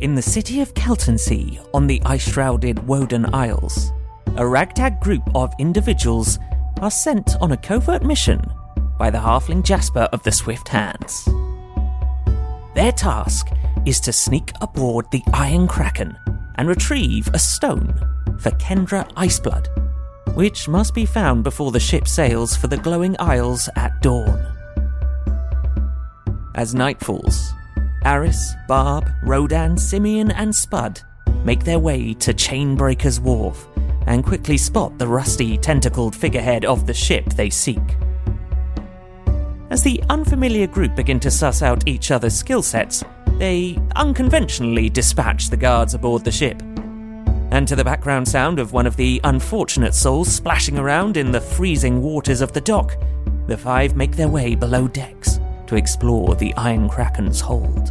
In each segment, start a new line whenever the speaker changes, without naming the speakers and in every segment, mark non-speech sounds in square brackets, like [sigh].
In the city of Keltonsea, on the ice shrouded Woden Isles, a ragtag group of individuals are sent on a covert mission by the halfling Jasper of the Swift Hands. Their task is to sneak aboard the Iron Kraken and retrieve a stone for Kendra Iceblood, which must be found before the ship sails for the glowing isles at dawn. As night falls, Aris, Barb, Rodan, Simeon, and Spud make their way to Chainbreaker's Wharf and quickly spot the rusty, tentacled figurehead of the ship they seek. As the unfamiliar group begin to suss out each other's skill sets, they unconventionally dispatch the guards aboard the ship. And to the background sound of one of the unfortunate souls splashing around in the freezing waters of the dock, the five make their way below decks to explore the Iron Kraken's hold.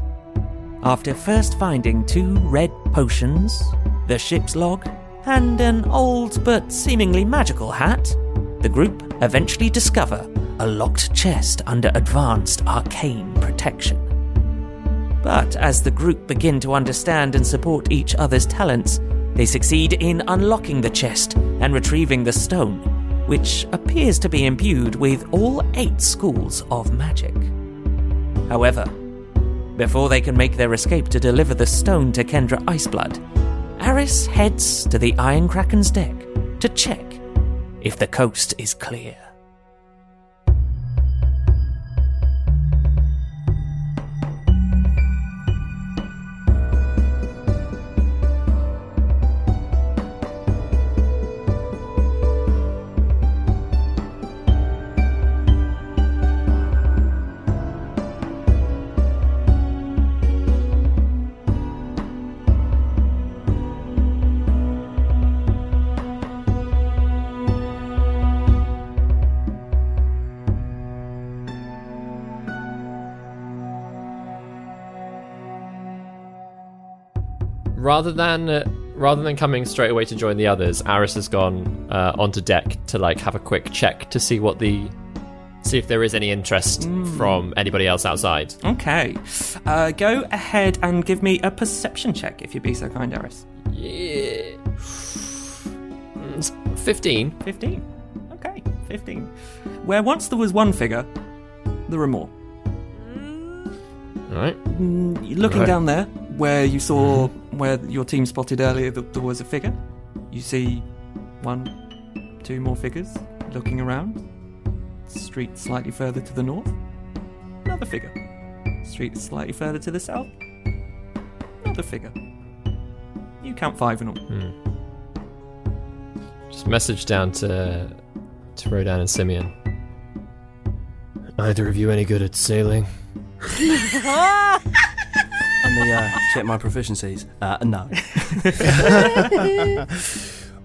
After first finding two red potions, the ship's log, and an old but seemingly magical hat, the group eventually discover a locked chest under advanced arcane protection. But as the group begin to understand and support each other's talents, they succeed in unlocking the chest and retrieving the stone, which appears to be imbued with all eight schools of magic. However, before they can make their escape to deliver the stone to Kendra Iceblood, Aris heads to the Iron Kraken's deck to check if the coast is clear.
Rather than uh, rather than coming straight away to join the others, Aris has gone uh, onto deck to like have a quick check to see what the see if there is any interest from anybody else outside.
Okay. Uh, go ahead and give me a perception check, if you'd be so kind, Eris.
Yeah. It's Fifteen.
15. Okay, 15. Where once there was one figure, there are more.
All right.
Mm, Looking
Right.
down there, where you saw, where your team spotted earlier that there was a figure, you see one, two more figures looking around. Street slightly further to the north, another figure. Street slightly further to the south, another figure. You count five in all.
Just message down to to Rodan and Simeon. Either of you any good at sailing?
[laughs]
Let me uh, check my proficiencies. Uh, no.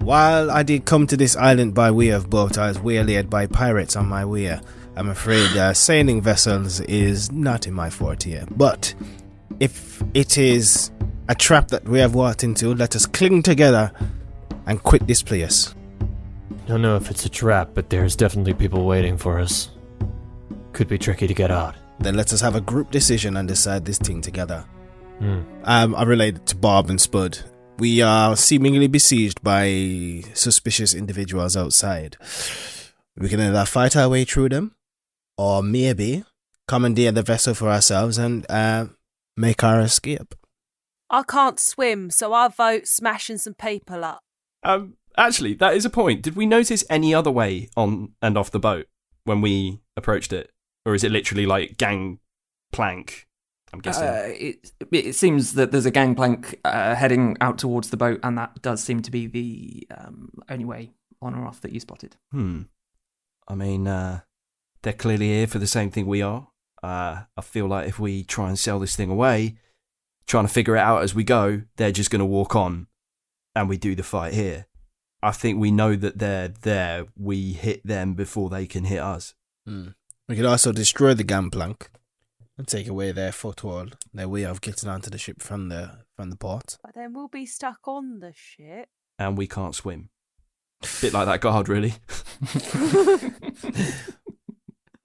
While I did come to this island by way of boat, I was waylaid by pirates on my way. I'm afraid uh, sailing vessels is not in my forte. But if it is a trap that we have walked into, let us cling together and quit this place.
Don't know if it's a trap, but there's definitely people waiting for us. Could be tricky to get out.
Then let us have a group decision and decide this thing together.
Hmm.
Um, I relayed to Barb and Spud We are seemingly besieged by suspicious individuals outside. We can either fight our way through them, or maybe commandeer the vessel for ourselves and uh, make our escape.
I can't swim, so I vote smashing some people up.
[laughs] Um, actually, that is a point. Did we notice any other way on and off the boat when we approached it, or is it literally like gang plank? I'm guessing.
Uh, it, it seems that there's a gangplank uh, heading out towards the boat, and that does seem to be the um, only way on or off that you spotted.
Hmm. I mean, uh, they're clearly here for the same thing we are. Uh, I feel like if we try and sell this thing away, trying to figure it out as we go, they're just going to walk on and we do the fight here. I think we know that they're there. We hit them before they can hit us.
Hmm. We could also destroy the gangplank and take away their foothold, their way of getting onto the ship from the from the port.
But then we'll be stuck on the ship.
And we can't swim. Bit like that
[laughs]
guard, really.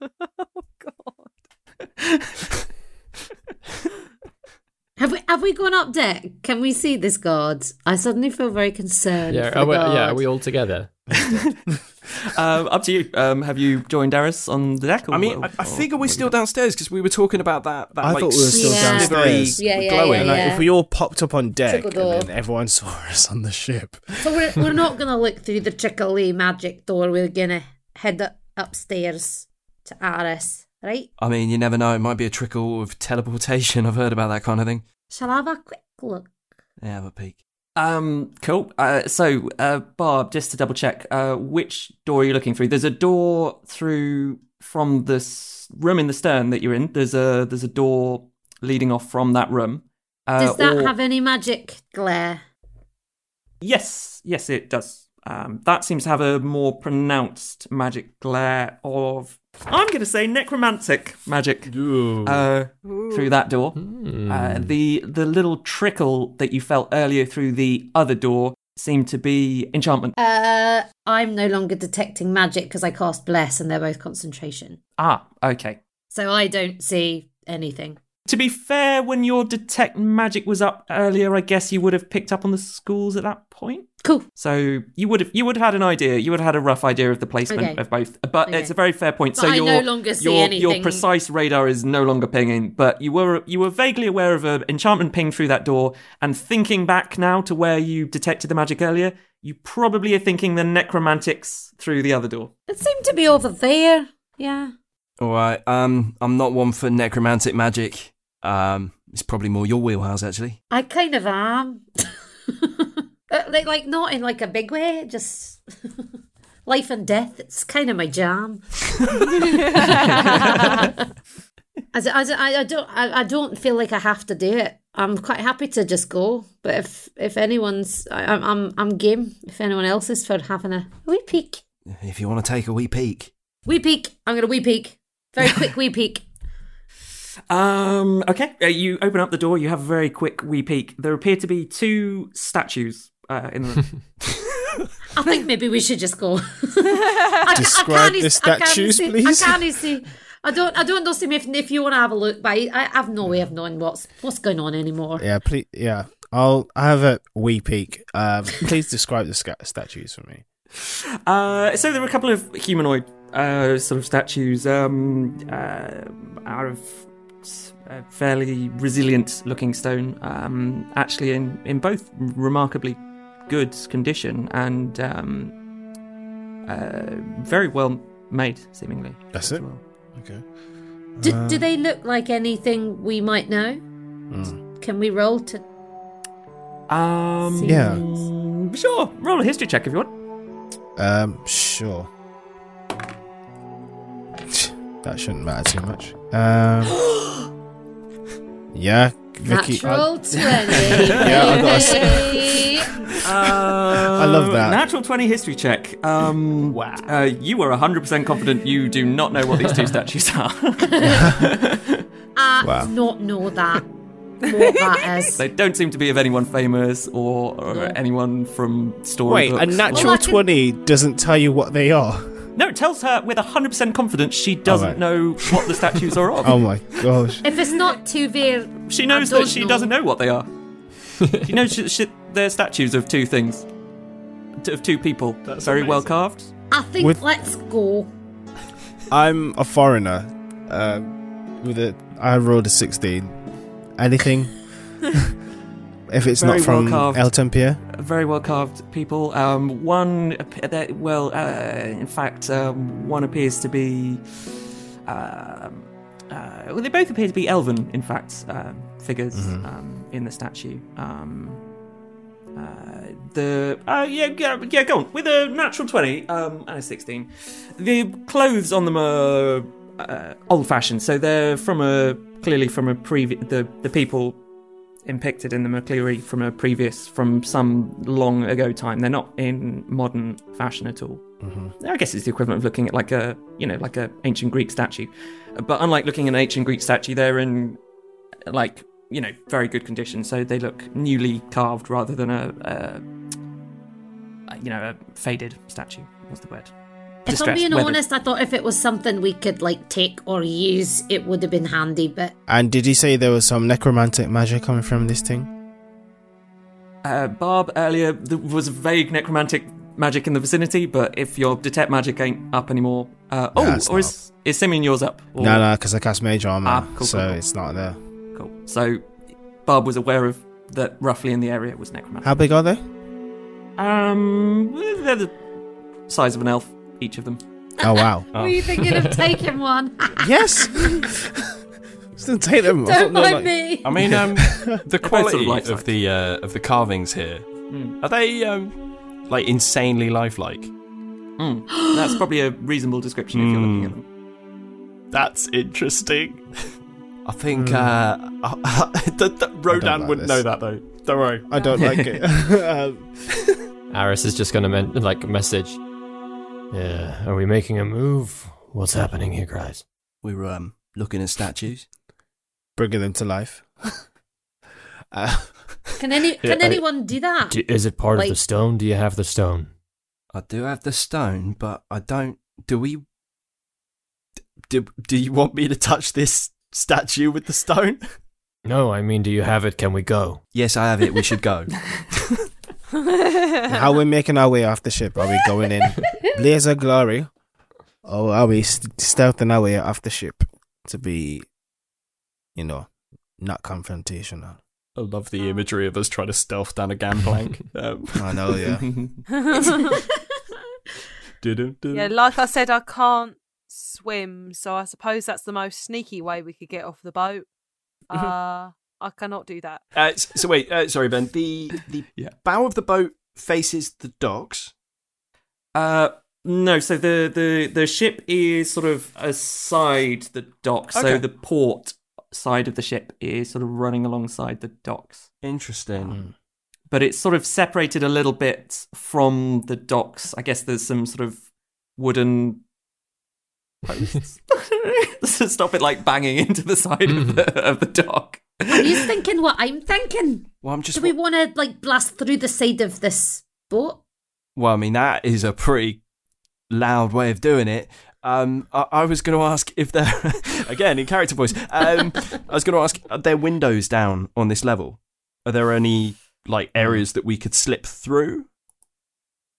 [laughs]
oh god.
Have we have we gone up deck? Can we see this guard? I suddenly feel very concerned.
Yeah,
for
are
the
we, yeah,
guard.
are we all together?
[laughs] um, up to you. Um, have you joined Aris on the deck? Or,
I mean, I, I figure we're still downstairs because we were talking about that. that
Oh, I
like,
thought we were still
Yeah.
downstairs.
Yeah, yeah,
glowing.
yeah,
Like,
yeah.
if we all popped up on deck and
Trickle door.
then everyone [laughs] saw us on the ship,
So we're, we're not going to look through the trickly magic door. We're going to head up, upstairs to Aris, right?
I mean, you never know. It might be a trickle of teleportation. [laughs] I've heard about that kind of thing.
Shall I have a quick look?
Yeah, have a peek.
Um, cool. Uh, so, uh, Barb, just to double check, uh, which door are you looking through? There's a door through from this room in the stern that you're in. There's a there's a door leading off from that room. Uh,
Does that
oh.
or-
have any magic glare?
Yes, yes, it does. Um, that seems to have a more pronounced magic glare of. I'm going to say necromantic magic uh, through that door. Uh, the the little trickle that you felt earlier through the other door seemed to be enchantment.
Uh, I'm no longer detecting magic because I cast Bless and they're both concentration.
ah, okay.
So I don't see anything.
To be fair, when your detect magic was up earlier, I guess you would have picked up on the schools at that point.
Cool.
So you would have you would have had an idea. You would have had a rough idea of the placement
Okay.
of both. uh, But
Okay.
it's a very fair point.
But
so
I
your,
no longer see
your, your
anything.
precise radar is no longer pinging, but you were you were vaguely aware of an enchantment ping through that door. And thinking back now to where you detected the magic earlier, you probably are thinking the necromantics through the other door.
It seemed to be over there. Yeah.
All right. Um, I'm not one for necromantic magic. Um, it's probably more your wheelhouse, actually.
I kind of am. Uh, like, like, not in like a big way, just [laughs] life and death. [laughs] It's kind of my jam. As, as I, I don't, I, I don't feel like I have to do it. I'm quite happy to just go. But if if anyone's, I, I'm, I'm, I'm game. If anyone else is for having a wee peek,
If you want to take a wee peek.
wee peek, I'm gonna wee peek, very quick wee peek.
Um. Okay. Uh, you open up the door. You have a very quick wee peek. There appear to be two statues uh, in the
[laughs]
room.
I think maybe we should just go. [laughs] I, ca-
Describe
e-
the statues,
I can't e-
please.
I can't e- see. I don't. I don't know, Sim. If, if you want to have a look, but I, I have no way of knowing what's what's going on anymore.
yeah, please, yeah. I'll I have a wee peek. Um, please describe the sca- statues for me.
uh, so there are a couple of humanoid uh, sort of statues, um, uh, out of s- uh, fairly resilient-looking stone, um, actually in in both remarkably good condition and um, uh, very well made, seemingly.
That's
as
it?
well.
Okay.
Do,
Uh.
do they look like anything we might know?
mm. Hmm.
Can we roll to?
Um,
See
Yeah.
Sure. Roll a history check if you want.
Um, sure. [sighs] That shouldn't matter too much. Um, yeah, Vicky. I- [laughs]
Natural twenty.
I got a s- [laughs]
baby.
I
love that.
Natural 20 history check. Um, wow. Uh, you are 100% confident you do not know what these
[laughs]
two statues are.
I
Wow.
do not know that. What that is.
they don't seem to be of anyone famous or, or anyone from
Wait,
storybooks.
a natural
I can-
20 doesn't tell you what they are.
No, it tells her with 100% confidence she doesn't
Alright.
know what the statues
[laughs]
are of.
Oh my gosh.
If it's not too there,
she knows
I don't
that she
know.
[laughs]
doesn't know what they are. she knows she, she, they're statues of two things, t- of two people, very well carved.
I think
With-
let's go.
I'm a foreigner. Uh, with a, I rolled a 16.
[laughs]
Anything? if it's
Very
not from
well-carved.
El Tempier?
Very well carved people. Um, one, appe- that- well, uh, in fact, um, one appears to be. Um, uh, well, they both appear to be elven, in fact, um, figures
Mhm.
Mm-hmm.
um, in the statue. Um, uh, the uh, yeah, yeah yeah go on with a natural twenty um, and a sixteen. The clothes on them are uh, old fashioned, so they're from a clearly from a previous the the people impicted in them are clearly from a previous from some long ago time. They're not in modern fashion at all. I guess it's the equivalent of looking at like a you know like a ancient Greek statue, but unlike looking at an ancient Greek statue, they're in like you know very good condition. So they look newly carved rather than a, a you know a faded statue. What's the word?
If I'm
Distressed,
being
weathered.
honest, I thought if it was something we could like take or use, it would have been handy. But
And did you say there was some necromantic magic coming from this thing?
Uh, Barb earlier there was vague necromantic magic in the vicinity, but if your detect magic ain't up anymore, uh, oh,
it's
or is is Simeon yours up? Or-
No, no, because I cast Mage Armor,
Ah, cool,
so
cool, cool.
it's not there.
Cool. So Barb was aware of that roughly in the area was necromantic.
How big are they?
Um, they're the size of an elf, each of them.
Oh, wow.
[laughs] were you thinking
[laughs]
[laughs]
of taking one?
yes.
[laughs]
Still take them.
Don't mind me.
I
[laughs]
mean, um,
both
the
sort of Hmm.
quality of,
lifelike.
the uh, of the carvings here are they um, like insanely lifelike?
Mm. That's probably a reasonable description if you're looking at them.
Hmm.
Hmm.
That's
[laughs]
interesting. I think uh, [laughs] the, the Rodan
like
wouldn't
this.
know that though. Don't worry.
I don't like it.
[laughs]
[laughs] um,
Aris is just going to men- like message.
Yeah, are we making a move? What's happening here, guys?
We're um, looking at statues.
Bringing them to life. [laughs] uh,
[laughs] Can any
Yeah,
can
I-
anyone do that?
D- is it part of
Like-
the stone? Do you have the stone?
I do have the stone, but I don't. Do we? Do, do you want me to touch this statue with the stone?
No, I mean, do you have it? Can we go?
Yes, I have it. We
[laughs]
should go.
[laughs]
how we making our way off the ship? Are we going in blaze of glory, or are we st- stealthing our way off the ship to be, you know, not confrontational?
[laughs] I love the imagery of us trying to stealth down
[laughs]
a gangplank. um,
I know,
[laughs]
yeah.
[laughs] yeah, like I said, I can't swim, so I suppose that's the most sneaky way we could get off the boat. Uh, I cannot do that.
Uh, s- so wait, uh, sorry, Ben. The the bow of the boat faces the docks.
Uh, no, so the, the, the ship is sort of aside the dock,
Okay.
so the port side of the ship is sort of running alongside the docks.
Interesting.
But it's sort of separated a little bit from the docks. I guess there's some sort of wooden [laughs] posts. Stop it like banging into the side of, the, of the dock.
Are you thinking what I'm thinking?
Well, I'm just.
Do we want to like blast through the side of this boat?
Well, I mean that is a pretty loud way of doing it. Um, I, I was going to ask if there, [laughs] again in character voice. Um, I was going to ask, are there windows down on this level? Are there any like areas that we could slip through?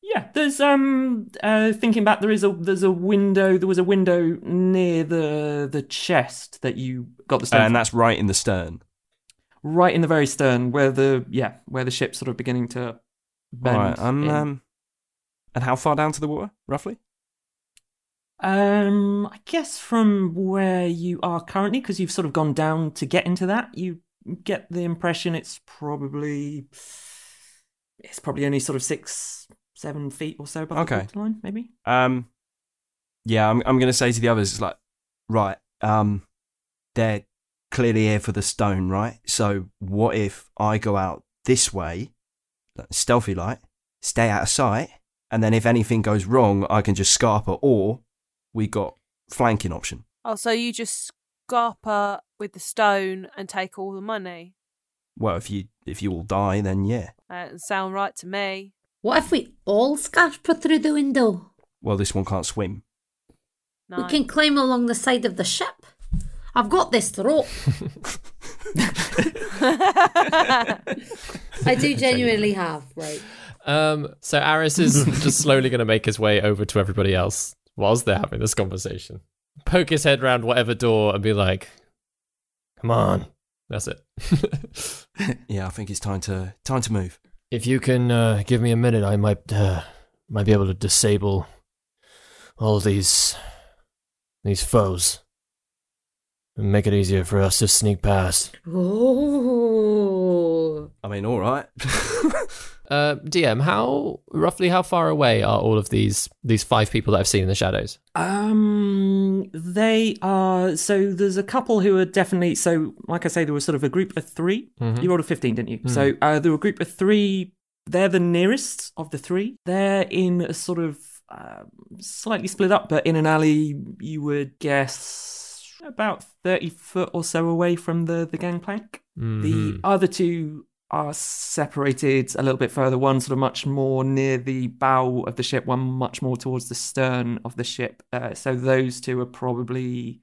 Yeah, there's um uh thinking back there is a there's a window there was a window near the the chest that you got the stone
and
from.
that's right in the stern.
right in the very stern where the yeah, where the ship's sort of beginning to bend.
All right, um,
in.
um, and how far down to the water, roughly?
Um, I guess from where you are currently because you've sort of gone down to get into that, you get the impression it's probably it's probably only sort of 6 7 feet or so above
Okay.
the waterline maybe.
Um, yeah, I'm. I'm going to say to the others, it's like, right, um, they're clearly here for the stone, right? So what if I go out this way, like, stealthy light, stay out of sight, and then if anything goes wrong, I can just scarper, or we got flanking option.
Oh, so you just scarper with the stone and take all the money?
Well, if you if you all die, then yeah.
That doesn't sound right to me.
What if we all scarper through the window?
Well, this one can't swim.
We can climb along the side of the ship. I've got this rope. I do genuinely have, right?
Um, so Aris is just slowly going to make his way over to everybody else whilst they're having this conversation. Poke his head round whatever door and be like,
"Come on."
That's it. [laughs]
yeah, I think it's time to time to move.
If you can uh, give me a minute, I might uh, might be able to disable all these these foes and make it easier for us to sneak past.
Oh.
I mean, all right.
Uh, DM, how roughly how far away are all of these these five people that I've seen in the shadows?
Um, they are. So there's a couple who are definitely. So, like I say, there was sort of a group of 3
Mhm.
You rolled a 15, didn't you?
Mm.
So uh, there were a group of three. They're the nearest of the three. They're in a sort of um, slightly split up, but in an alley, you would guess about 30 foot or so away from the, the gangplank. The
Mhm.
other two are separated a little bit further. One sort of much more near the bow of the ship, one much more towards the stern of the ship. Uh, so those two are probably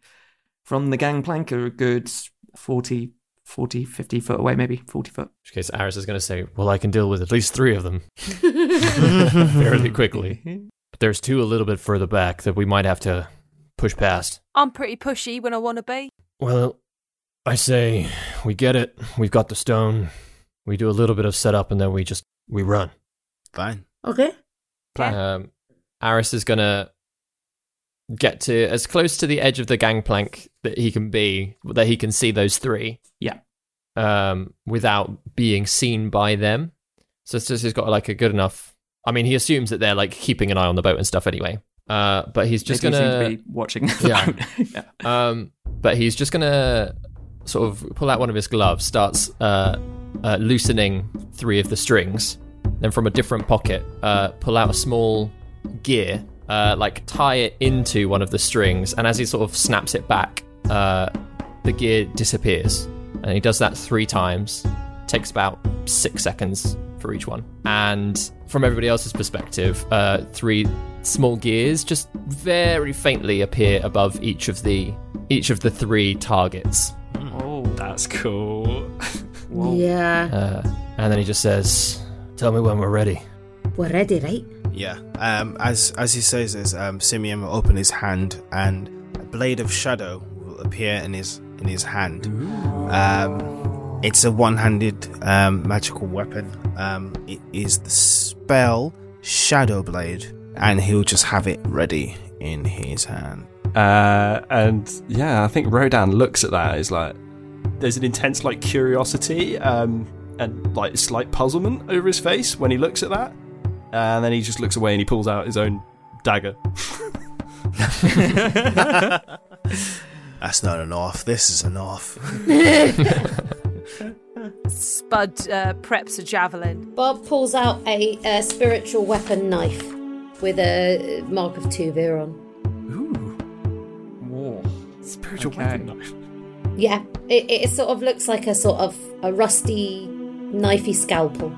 from the gangplank are a good 40, 40, 50 foot away, maybe 40 foot.
In which case, Aris is going to say, "Well, I can deal with at least three of them fairly quickly."
But there's two a little bit further back that we might have to push past.
I'm pretty pushy when I want to be.
Well, I say we get it. We've got the stone. We do a little bit of setup and then we just we run.
Fine.
Okay.
Um, Aris is going to get to as close to the edge of the gangplank that he can be, that he can see those three.
Yeah.
Um, without being seen by them. So it's just he's got like a good enough. I mean, he assumes that they're like keeping an eye on the boat and stuff anyway. Uh, but he's just
They do
gonna
seem to be watching the [laughs]
[laughs] yeah. Um, but he's just gonna sort of pull out one of his gloves, starts uh, uh, loosening three of the strings, then from a different pocket, uh, pull out a small gear, uh, like tie it into one of the strings, and as he sort of snaps it back, uh, the gear disappears, and he does that three times. Takes about six seconds for each one, and from everybody else's perspective, uh, three small gears just very faintly appear above each of the each of the three targets.
Oh,
that's cool.
Yeah.
Uh, and then he just says, "Tell me when we're ready."
We're ready, right?
Yeah. Um, as as he says this, um, Simeon will open his hand, and a blade of shadow will appear in his in his hand. Um, it's a one-handed um, magical weapon. Um, it is the spell Shadow Blade, and he'll just have it ready in
[laughs]
his hand.
Uh, and yeah, I think Rodan looks at that. Is like, there's an intense like curiosity um, and like slight puzzlement over his face when he looks at that, and then he just looks away and he pulls out his own
[laughs]
dagger.
That's not an off. This is an off.
Spud uh, preps a javelin.
Bob pulls out a, uh spiritual weapon knife with a mark of Tuvir on.
War.
Spiritual
weapon
Yeah, it, it sort of looks like a sort of a rusty, knifey scalpel.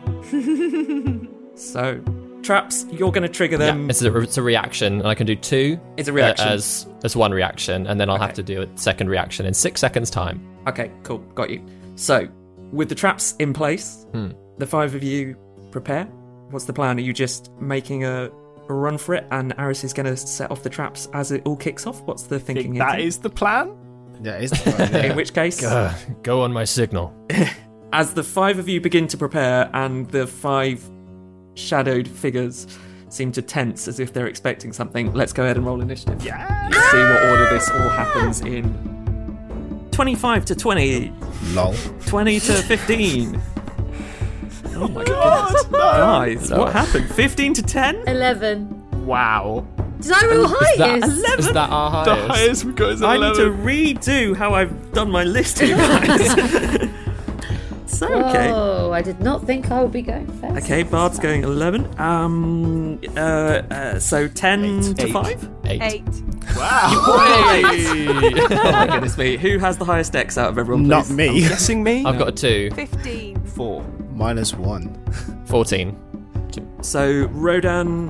So, traps, you're going to trigger them.
It's a, it's a reaction, and I can do two.
It's a reaction.
uh, as as one reaction, and then I'll have to do a second reaction in six seconds' time.
Okay, cool, got you. So, with the traps in place,
Hmm.
the five of you prepare. What's the plan? Are you just making a a run for it, and Aris is going to set off the traps as it all kicks off? What's the thinking? here?
that is the plan.
[laughs]
That is
[laughs]
In which case,
go, go on my signal.
[laughs] as the five of you begin to prepare, and the five shadowed figures seem to tense as if they're expecting something, let's go ahead and roll initiative. Yeah. Let's see what order this all happens in. 25 to 20.
Lol.
20
[laughs]
to 15. Oh my god. Guys, what happened? 15 to Oh, 10?
11.
Wow.
Did I roll highest?
Is that our highest?
we got is
I need to redo how I've done my list here, guys. so, okay.
Oh, I did not think I would be going first.
Okay, Bard's going 11. Um, uh, uh so 10 to
Eight.
5?
Eight. [laughs]
Wow. oh my [laughs]
[laughs]
goodness me. Who has the highest X out of everyone? Please?
Not me.
I'm
guessing me.
I've got a two.
15.
Four.
Minus one.
14.
So Rodan,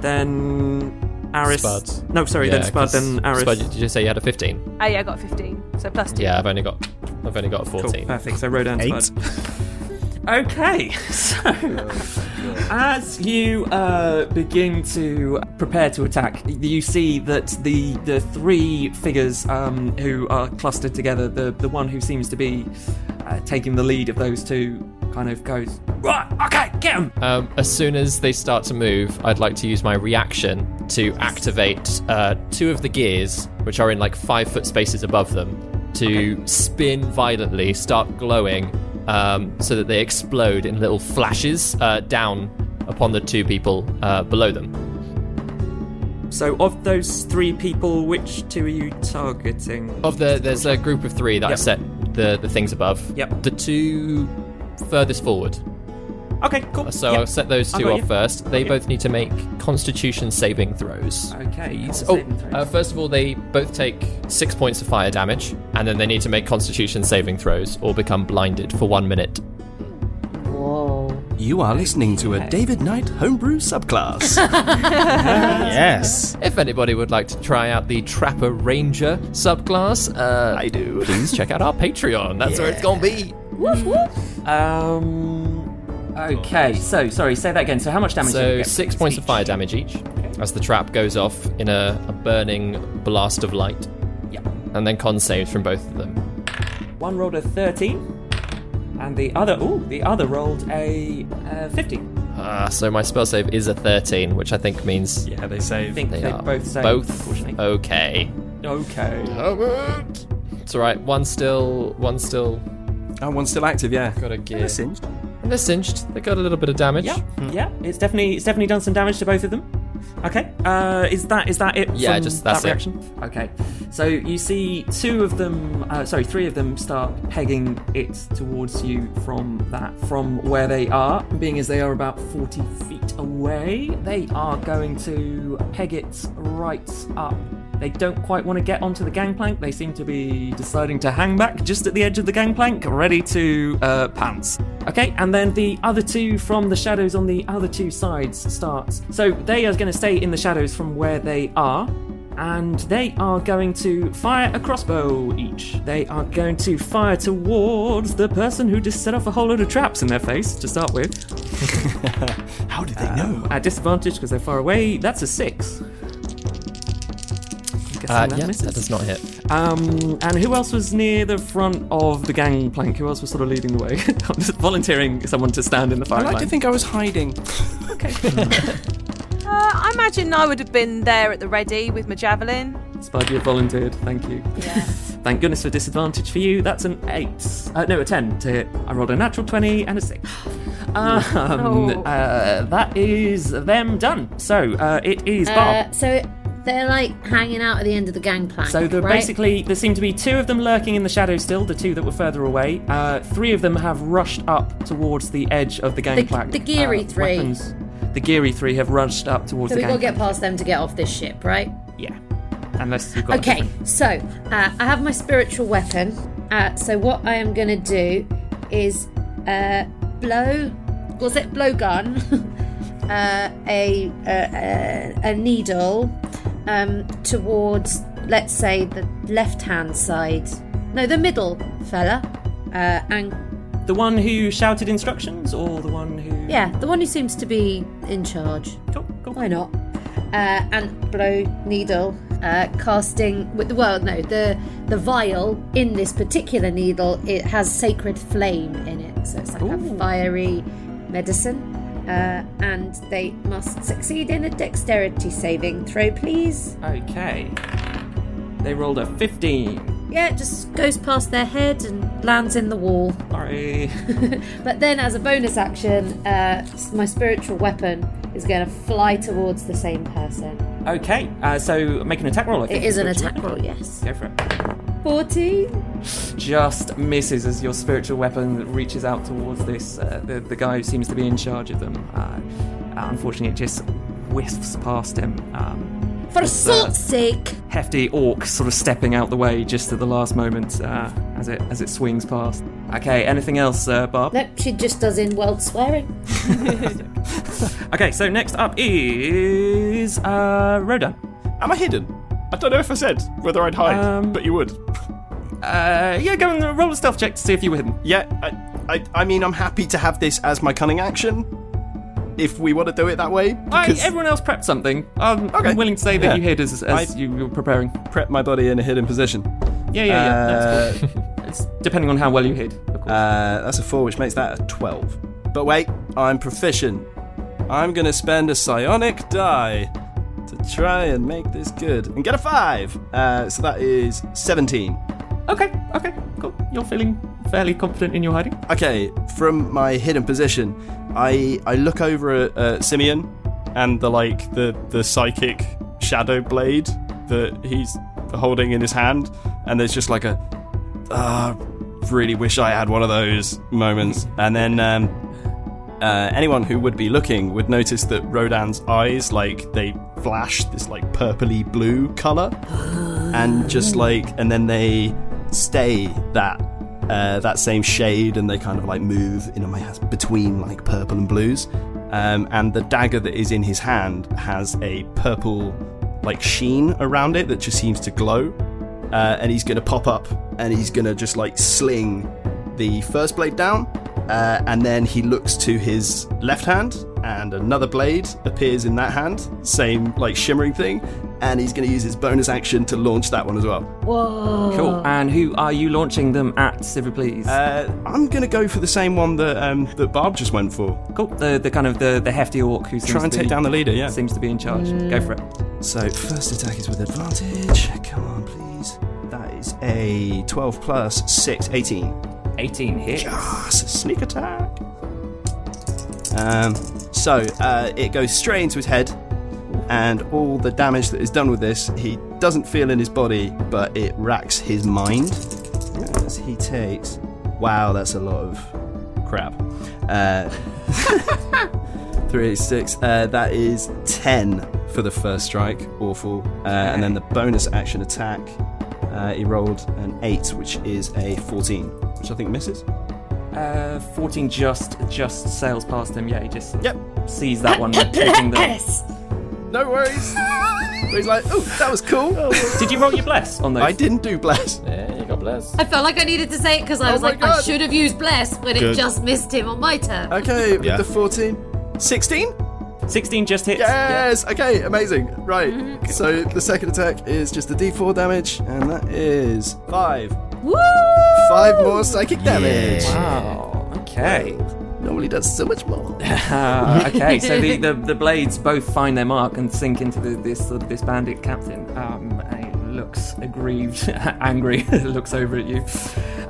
then Aris.
Spud.
No, sorry, then
Yeah,
Spud,
'cause
then Aris.
Spud, did you say you had a 15?
Oh, yeah, I got 15. So plus two.
Yeah, I've only got I've only got a 14.
Perfect. So Rodan,
Eight.
Spud.
[laughs]
Okay, [laughs] so
Uh,
as you uh, begin to prepare to attack, you see that the the three figures um, who are clustered together, the the one who seems to be uh, taking the lead of those two, kind of goes right. Okay, get him.
Um, as soon as they start to move, I'd like to use my reaction to activate uh, two of the gears, which are in like five foot spaces above them, to spin violently, start glowing, um, so that they explode in little flashes uh, down upon the two people uh, below them.
So of those three people, which two are you targeting?
Of the, there's a group of three that I
Yep.
set the the things above.
Yep.
The two furthest forward.
Okay, cool.
So
Yep.
I'll set those
I
two
got
off
you.
first. They
Got you.
both need to make Constitution saving throws.
Okay.
please.
con
Oh,
saving throws.
uh, first of all, they both take six points of fire damage, and then they need to make Constitution saving throws or become blinded for one minute.
Whoa.
You are listening to a David Knight
[laughs]
homebrew
[laughs]
subclass.
yes. If anybody would like to try out the Trapper Ranger subclass, uh, I do. Please check out our Patreon. That's where it's gonna be.
Um. Okay. So sorry. Say that again. So how much damage? did you
So
get?
six points of fire damage each, as the trap goes off in a, a burning blast of light.
Yeah.
And then con saves from both of them.
One rolled a thirteen, and the other. Ooh, the other rolled a uh, fifteen.
Ah, so my spell save is a 13, which I think means yeah, they save.
think they both save, unfortunately.
Both okay.
Okay.
It's all right. One still, one still.
Oh, one's still active. Yeah.
Got a gear.
they're singed.
And they're singed. They got a little bit of damage.
Yeah. Yeah. It's definitely it's definitely done some damage to both of them. Okay. Uh, is that is that it?
Yeah,
from
just- that's
that
it.
reaction. Okay. So you see two of them. Uh, sorry, three of them start pegging it towards you from that from where they are. Being as they are about forty feet away, they are going to peg it right up. They don't quite want to get onto the gangplank. They seem to be deciding to hang back just at the edge of the gangplank, ready to uh, pounce. Okay, and then the other two from the shadows on the other two sides start. So they are going to stay in the shadows from where they are and they are going to fire a crossbow each. They are going to fire towards the person who just set off a whole load of traps in their face to start with.
How did they
know? At disadvantage because they're far away. That's a six. Guessing
Uh,
that
yeah,
misses.
that does not hit.
Um, and who else was near the front of the gangplank? Who else was sort of leading the way? [laughs] I'm just volunteering someone to stand in the
I
firing
like
line.
to think I was hiding.
Uh, I imagine I would have been there at the ready with my javelin.
Spud, you volunteered. Thank you. Thank goodness for disadvantage for you. That's an eight. Uh, no, a ten to hit. I rolled a natural twenty and a
[sighs]
six. Um,
No.
uh, that is them done. So uh, it is Bob.
Uh, so they're like hanging out at the end of the gangplank.
So there
right?
basically there seem to be two of them lurking in the shadows still. The two that were further away. Uh, three of them have rushed up towards the edge of the gangplank. Uh,
the geary three.
Weapons. The geary three have rushed up towards
So
the
we've got to
gangplank.
get past them to get off this ship, right?
Yeah. Unless you've got a
okay,
different-
so uh, I have my spiritual weapon. Uh, so what I am going to do is uh, blow, was it blowgun, [laughs] uh, a, a, a a needle um, towards, let's say, the left hand side. No, the middle fella. Uh, and
The one who shouted instructions, or the one who?
yeah, the one who seems to be in charge.
Cool, cool.
Why not? Uh, and blow needle, uh, casting with well, no, the the vial in this particular needle it has sacred flame in it, so it's like a fiery medicine. Uh, and they must succeed in a dexterity saving throw, please.
Okay. They rolled a 15.
Yeah, it just goes past their head and lands in the wall.
Sorry.
But then, as a bonus action, uh, my spiritual weapon is going to fly towards the same person.
Okay, uh, so make an attack roll, I
It
think.
is an
Which-
attack roll, yes.
Go for it.
14.
Just misses as your spiritual weapon reaches out towards this, uh, the, the guy who seems to be in charge of them. Uh, unfortunately, it just whisks past him. Um,
For
with the
salt's sake!
Hefty orc sort of stepping out the way just at the last moment uh, as it as it swings past. Okay, anything else, uh, Barb?
Nope, she just does in world swearing.
Okay, so next up is uh, Rodan. Am I hidden? I don't know if I said whether Um, I'd hide, but you would. Uh, yeah, go and roll a stealth check to see if you were hidden.
Yeah, I,
I, I mean, I'm happy to have this as my cunning action if we want to do it that way.
I,
because-
everyone else prepped something. Um, I'm willing to say that
Yeah.
you hid as, as
I-
you were preparing.
Prep my body in a hidden position.
Yeah, yeah, yeah. That's cool.
it's depending on how well you hid, of course. Uh, that's a four, which makes that a 12. But wait, I'm proficient. I'm going to spend a psionic die to try and make this good and get a five. Uh, so that is 17.
Okay, okay, cool. You're feeling fairly confident in your hiding.
Okay, from my hidden position, I I look over at uh, Simeon and the like the the psychic shadow blade that he's holding in his hand, and there's just like a ah, really wish I had one of those moments. And then um, uh, anyone who would be looking would notice that Rodan's eyes like they flash this like purpley blue color, and just like and then they stay that uh, that same shade and they kind of like move in a way between like purple and blues. Um, and the dagger that is in his hand has a purple like sheen around it that just seems to glow. Uh, and he's going to pop up and he's going to just like sling the first blade down. Uh, and then he looks to his left hand and another blade appears in that hand. Same like shimmering thing. And he's going to use his bonus action to launch that one as well.
Whoa.
Cool. And who are you launching them at, Sivu, please?
Uh, I'm gonna go for the same one that um, that Barb just went for.
Cool. The the kind of the, the hefty orc who seems
Try and
to
take
be-
down the leader. Yeah,
seems to be in charge. Go for it.
So first attack is with advantage. Come on, please. That is a 12 plus 6, 18.
18 hits.
sneak attack. Um, so uh, it goes straight into his head, and all the damage that is done with this, he doesn't feel in his body, but it racks his mind. As he takes, wow, that's a lot of crap. Uh, three, six. Uh, that is ten for the first strike. Awful. Uh, and then the bonus action attack. Uh, he rolled an eight, which is a fourteen, which I think misses.
Uh, 14 just just sails past him. Yeah, he just sort of sees that one taking the.
Yes.
No worries. He's like, oh, that was cool.
Did you roll your bless on those? I
didn't do bless.
Yeah, you got bless.
I felt like I needed to say it because I
Oh
was
my
like, I
God.
should have used bless, but it
Good.
just missed him on my turn.
Okay, with
Yeah.
the 14. 16?
16 just hits.
Yes! Okay, amazing. Right, so the second attack is just a d4 damage, and that is 5.
Woo!
5 more psychic damage.
Wow, okay.
Normally does so much more.
Ah, okay, so the, [laughs] the, the blades both find their mark and sink into the, this sort of this bandit captain. Um, and he looks aggrieved, [laughs] angry, looks over at you.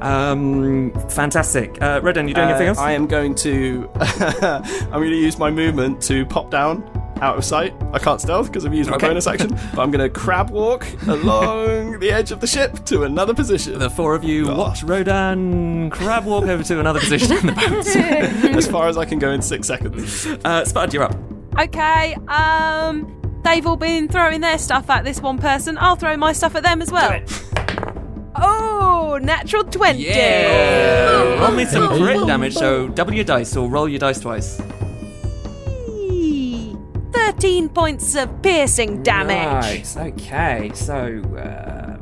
Um, fantastic. Uh, Redden, [laughs] you doing
Uh,
anything else?
I am going to. [laughs] I'm going to use my movement to pop down out of sight. I can't stealth because I've used my
Okay. [laughs]
bonus action, but I'm going to crab walk along [laughs] the edge of the ship to another position.
The four of you watch Rodan crab walk over to another position in the boat. as
far [laughs] as I can go in six seconds.
Uh, Spud, you're up.
Okay, um, they've all been throwing their stuff at this one person. I'll throw my stuff at them as well. Oh, natural 20.
Yeah. Roll me some crit damage, so double your dice or roll your dice twice.
13 points of piercing damage.
Nice. Okay. So, uh,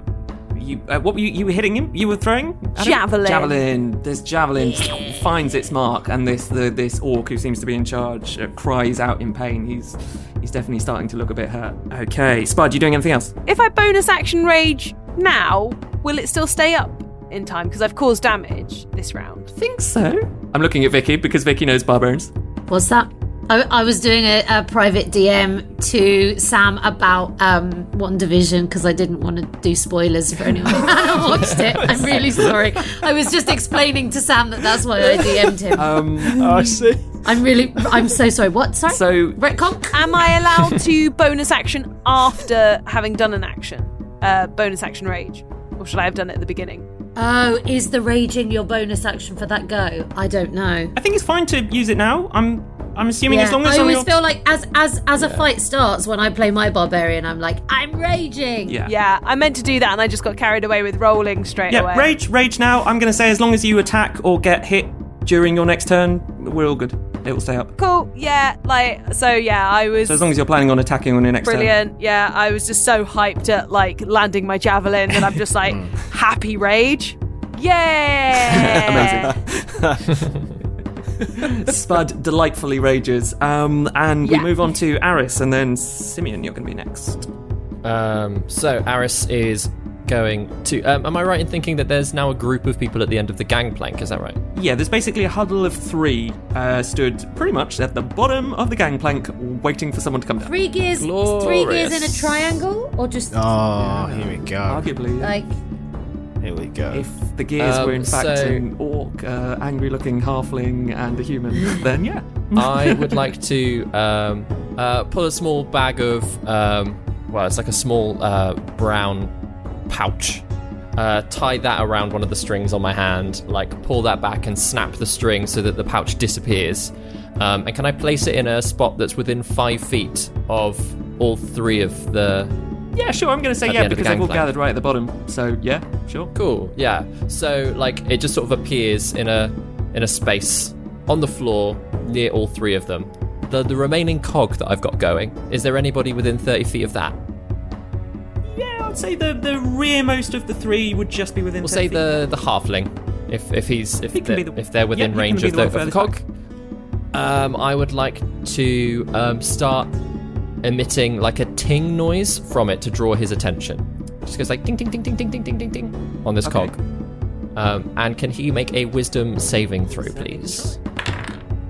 you uh, what were you, you were hitting him? You were throwing at him?
Javelin.
Javelin. This javelin finds its mark, and this the this orc who seems to be in charge uh, cries out in pain. He's he's definitely starting to look a bit hurt. Okay, Spud, you doing anything else?
If I bonus action rage now, will it still stay up in time? Because I've caused damage this round.
think so. I'm looking at Vicky because Vicky knows barbarians.
What's that? I, I was doing a, a private DM to Sam about um, One Division because I didn't want to do spoilers for anyone who [laughs] hadn't watched it. I'm really sorry. I was just explaining to Sam that that's [laughs] why I DM'd him.
Um,
I see.
I'm really, I'm so sorry. What? Sorry?
So,
Retcon?
Am I allowed to bonus action after having done an action? Uh, bonus action rage. Or should I have done it at the beginning?
Oh, is the raging your bonus action for that go? I don't
Oh.
know.
I think it's fine to use it now. I'm I'm assuming as long as
Oh,
I
on
always
your-
feel like as as as a fight starts when I play my barbarian, I'm like I'm raging.
Yeah.
Yeah, I meant to do that and I just got carried away with rolling straight
yeah,
away.
rage, rage now. I'm going to say as long as you attack or get hit during your next turn, we're all good. It will stay up.
Cool, yeah, like, so yeah, I was.
So as long as you're planning on attacking on your next [laughs]
Brilliant. Yeah, I was just so hyped at like landing my javelin that I'm just like happy rage.
[laughs]
Yeah.
Spud delightfully rages. Um, and
Yeah.
we move on to Aris and then Simeon, you're going to be next.
Um, so Aris is going to. Um, am I right in thinking that there's now a group of people at the end of the gangplank? Is that right?
Yeah, there's basically a huddle of three uh, stood pretty much at the bottom of the gangplank waiting for someone to come down.
Three gears, three gears in a
Glorious.
triangle, or just
Oh,
here we go.
Arguably.
like
Here we go.
If the gears were in
Um,
fact
so-
an orc, uh, angry looking halfling, and a human, then yeah.
I would like to um, uh, pull a small bag of, um, well, it's like a small uh, brown pouch. Uh, tie that around one of the strings on my hand, like pull that back and snap the string so that the pouch disappears. Um, and can I place it in a spot that's within five feet of all three of the?
Yeah, sure, I'm going to say
At the
yeah
end of the
because they've all
gangplank.
gathered right at the bottom. So yeah, sure.
Cool. Yeah. So like it just sort of appears in a in a space on the floor near all three of them. The the remaining cog that I've got going. Is there anybody within thirty feet of that?
I'd say the, the rearmost of the three would just be within.
We'll say
10 feet.
Uh, the the halfling, if if he's if
He can
they're,
be the-
if they're within
yeah, he can
range
be
of the,
the one
of the
furthest
cog. Um, I would like to um, start emitting like a ting noise from it to draw his attention. Just goes like ding ding ding ding ding ding ding ding ding on this
Okay.
cog. Um, and can he make a wisdom saving throw, please?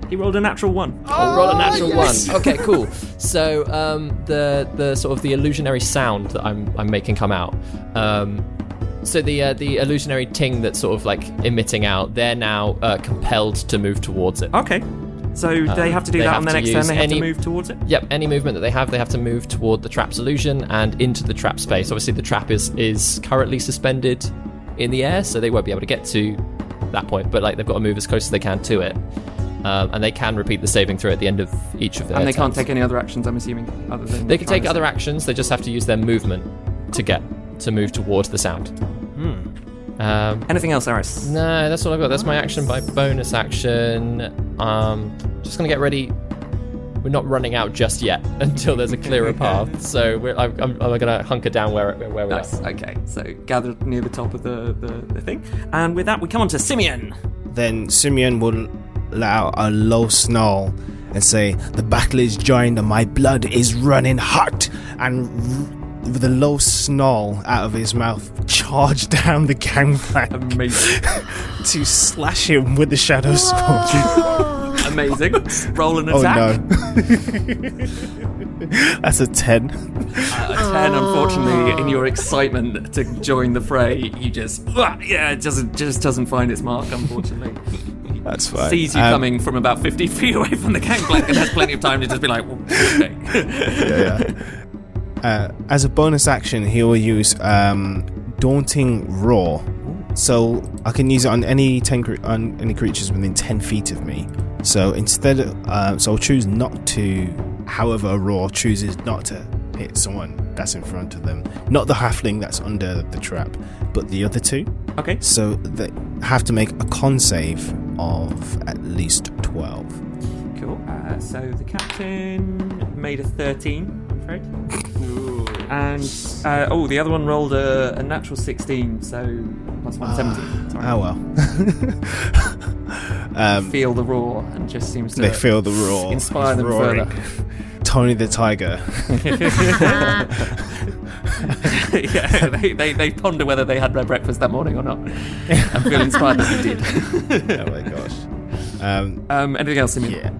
He rolled a natural one.
I'll roll a natural one. Okay, [laughs] cool. So um, the the sort of the illusionary sound that I'm I'm making come out. Um, so the uh, the illusionary ting that's sort of like emitting out. They're now uh, compelled to move towards it. Um,
Okay. So they have to do that on their next turn. They have to move towards it.
Yep. Any movement that they have, they have to move toward the trap's illusion and into the trap space. Obviously, the trap is is currently suspended in the air, so they won't be able to get to that point. But like they've got to move as close as they can to it. Um, and they can repeat the saving throw at the end of each of their
and they can't
turns.
take any other actions. I'm assuming other than
They can
trying
take
to-
other actions. They just have to use their movement to get to move towards the sound.
Hmm.
Um,
Anything else, Aris?
No, that's all I've got. That's my action by bonus action. Um, just gonna get ready. We're not running out just yet [laughs] until there's a
[laughs]
clearer path. So we're, I'm, I'm, I'm gonna hunker down where where we
Nice.
are.
Okay. So gathered near the top of the, the, the thing, and with that we come on
[laughs]
to Simeon.
Then Simeon will allow a low snarl and say, The battle is joined and my blood is running hot. And r- with a low snarl out of his mouth, charge [laughs] down the gangplank [laughs] to slash him with the shadow sword.
Amazing. Roll an
Oh
attack.
no. [laughs] That's a 10.
Uh, A ten,
Oh.
unfortunately, in your excitement to join the fray, you just "Wah!" yeah, it doesn't just doesn't find its mark,
[laughs]
unfortunately.
That's fine.
Sees you
Um, [laughs]
coming from about 50 feet [laughs] away from the gangplank and has plenty of time to just be like, "Well,
[laughs]
okay.
Uh, as a bonus action, he will use um, Daunting Roar. So I can use it on any ten cre- on any creatures within ten feet of me. So instead, of, uh, so I'll choose not to. However, a roar chooses not to hit someone that's in front of them, not the halfling that's under the trap, but the other two.
Okay.
So they have to make a con save of at least twelve.
Cool. Uh, so the captain made a 13, I'm afraid. And uh, oh, the other one rolled a, a natural 16, so plus one seventy. Sorry.
Oh Ah, well. [laughs] um,
feel the roar and just seems to
they feel the roar.
inspire
He's
them
roaring.
further.
Tony
[laughs]
the Tiger.
[laughs] yeah, they, they, they ponder whether they had their breakfast that morning or not. and feel inspired that they did.
[laughs] oh my gosh. Um,
um, anything else, Simeon?
Yeah.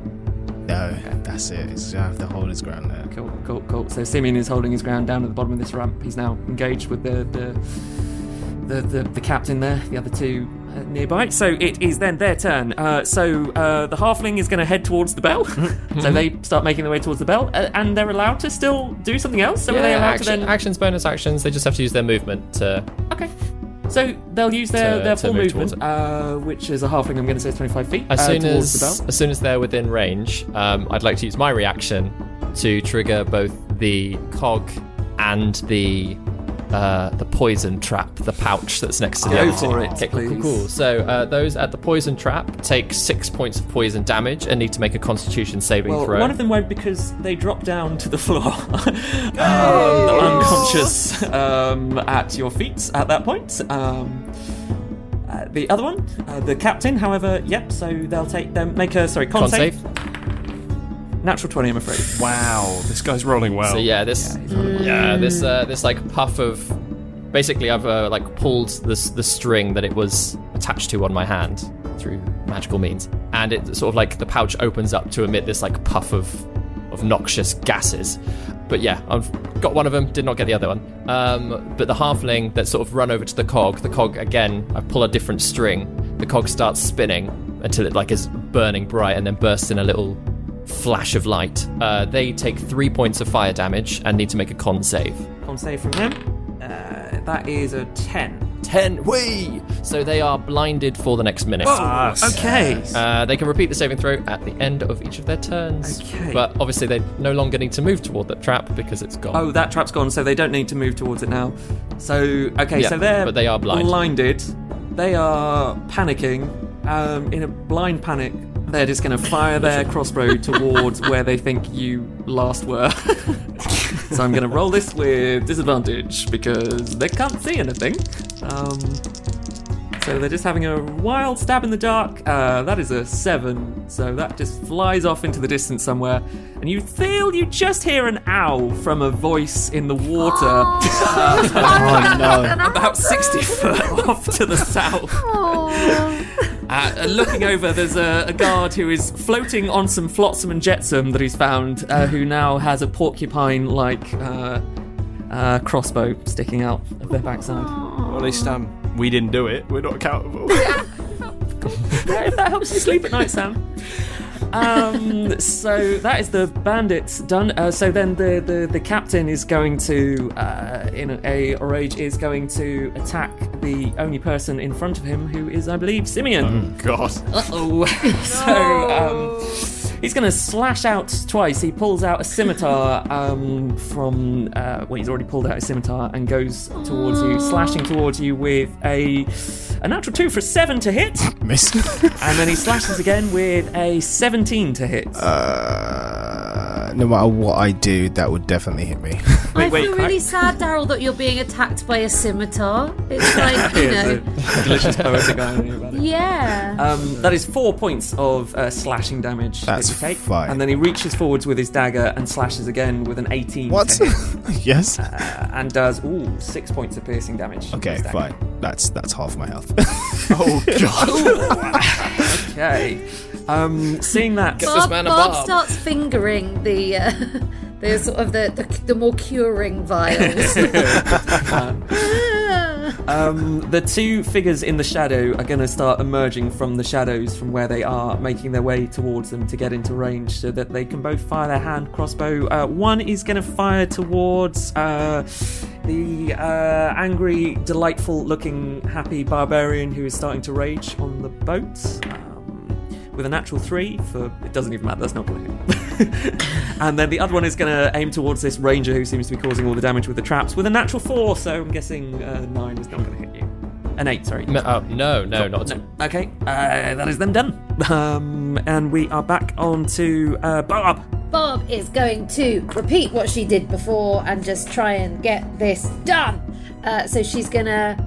No, that's it. It's, uh, I have to hold his ground there.
Cool, cool, cool. So Simeon is holding his ground down at the bottom of this ramp. He's now engaged with the the the, the, the captain there, the other two uh, nearby. So it is then their turn. Uh, so uh, the halfling is going to head towards the bell. [laughs] so they start making their way towards the bell, uh, and they're allowed to still do something else. So are they
Yeah,
allowed
action-
to then?
actions, bonus actions. They just have to use their movement to
So they'll use their,
uh, To-
their
to
full
move towards
movement, uh, which is a halfling. I'm going to say is 25 feet
As
uh,
soon
towards
as
the bell.
as soon as they're within range, um, I'd like to use my reaction to trigger both the cog and the uh, the poison trap, the pouch that's next to the
Go
other two.
for it,
Okay, cool, cool,
please.
cool. So uh, those at the poison trap take six points of poison damage and need to make a Constitution saving
Well,
throw.
one of them won't because they drop down to the floor, [laughs] um, unconscious um, at your feet at that point. Um, Uh, the other one, uh, the captain, however, yep. So they'll take them. Make a sorry con,
Con
save. Natural twenty, I'm afraid.
Wow, this guy's rolling well.
So yeah, this yeah, this uh, this like puff of basically I've uh, like pulled this the string that it was attached to on my hand through magical means, and it sort of like the pouch opens up to emit this like puff of of noxious gases. But yeah, I've got one of them. Did not get the other one. Um, but the halfling that sort of run over to the cog. The cog again. I pull a different string. The cog starts spinning until it like is burning bright, and then bursts in a little flash of light. Uh, they take three points of fire damage and need to make a con save.
Con save from him. Uh, that is a ten.
Ten. Wee. So they are blinded for the next minute.
Whoa, Yes. okay.
Uh, they can repeat the saving throw at the end of each of their turns.
Okay.
But obviously they no longer need to move toward that trap because it's gone.
Oh, that trap's gone, so they don't need to move towards it now. So okay,
Yeah,
so they're
but they are blind.
blinded. They are panicking. Um, in a blind panic, they're just going to fire
[laughs]
their crossbow towards where they think you last were. [laughs] so I'm going to roll this with disadvantage because they can't see anything. Um, so they're just having a wild stab in the dark. Uh, that is a seven. So that just flies off into the distance somewhere. And you feel you just hear an owl from a voice in the water. Uh,
Oh, no.
About 60 [laughs] foot off to the south. Uh, and looking over, there's a, a guard who is floating on some flotsam and jetsam that he's found, uh, who now has a porcupine like uh, uh, crossbow sticking out of their backside.
Well, at least um, we didn't do it. We're
[laughs]
not accountable.
if that helps you sleep at night, Sam. Um, so that is the bandits done. Uh, so then the, the, the captain is going to, uh, in a rage, is going to attack the only person in front of him, who is, I believe, Simeon.
Oh, God.
Uh [laughs] oh. so um, he's going to slash out twice. He pulls out a scimitar um, from, uh, well, he's already pulled out a scimitar and goes towards you, slashing towards you with a, a natural two for seven to hit.
Miss.
And then he slashes again with a 17 to hit.
Uh, no matter what I do, that would definitely
[laughs]
hit me.
I feel really sad, Daryl, that you're being attacked by a scimitar. It's like, you know.
Delicious poetic irony about it.
Yeah.
Um, that is four points of uh, slashing damage
That's
that you take.
fine.
And then he reaches forwards with his dagger and slashes again with an 18
What?
to hit,
[laughs] yes.
uh, and does, ooh, six points of piercing damage. with
Okay,
his dagger.
fine. That's that's half my health.
Okay. Um, seeing that.
Bob, Bob starts fingering the uh, [laughs] the sort of the, the, the more
[laughs]
curing vials.
Uh, Um, the two figures in the shadow are going to start emerging from the shadows from where they are, making their way towards them to get into range so that they can both fire their hand crossbow. Uh, one is going to fire towards uh, the uh, angry, delightful looking, happy barbarian who is starting to rage on the boat. Um, with a natural three for it doesn't even matter that's not going to hit [laughs] and then the other one is going to aim towards this ranger who seems to be causing all the damage with the traps with a natural four. So I'm guessing uh, nine is not going to hit you. An eight, sorry.
No, oh, no, no, not at all.
Okay, uh, that is them done. Um, and we are back on to uh, Bob.
Bob is going to repeat what she did before and just try and get this done. Uh, so she's gonna.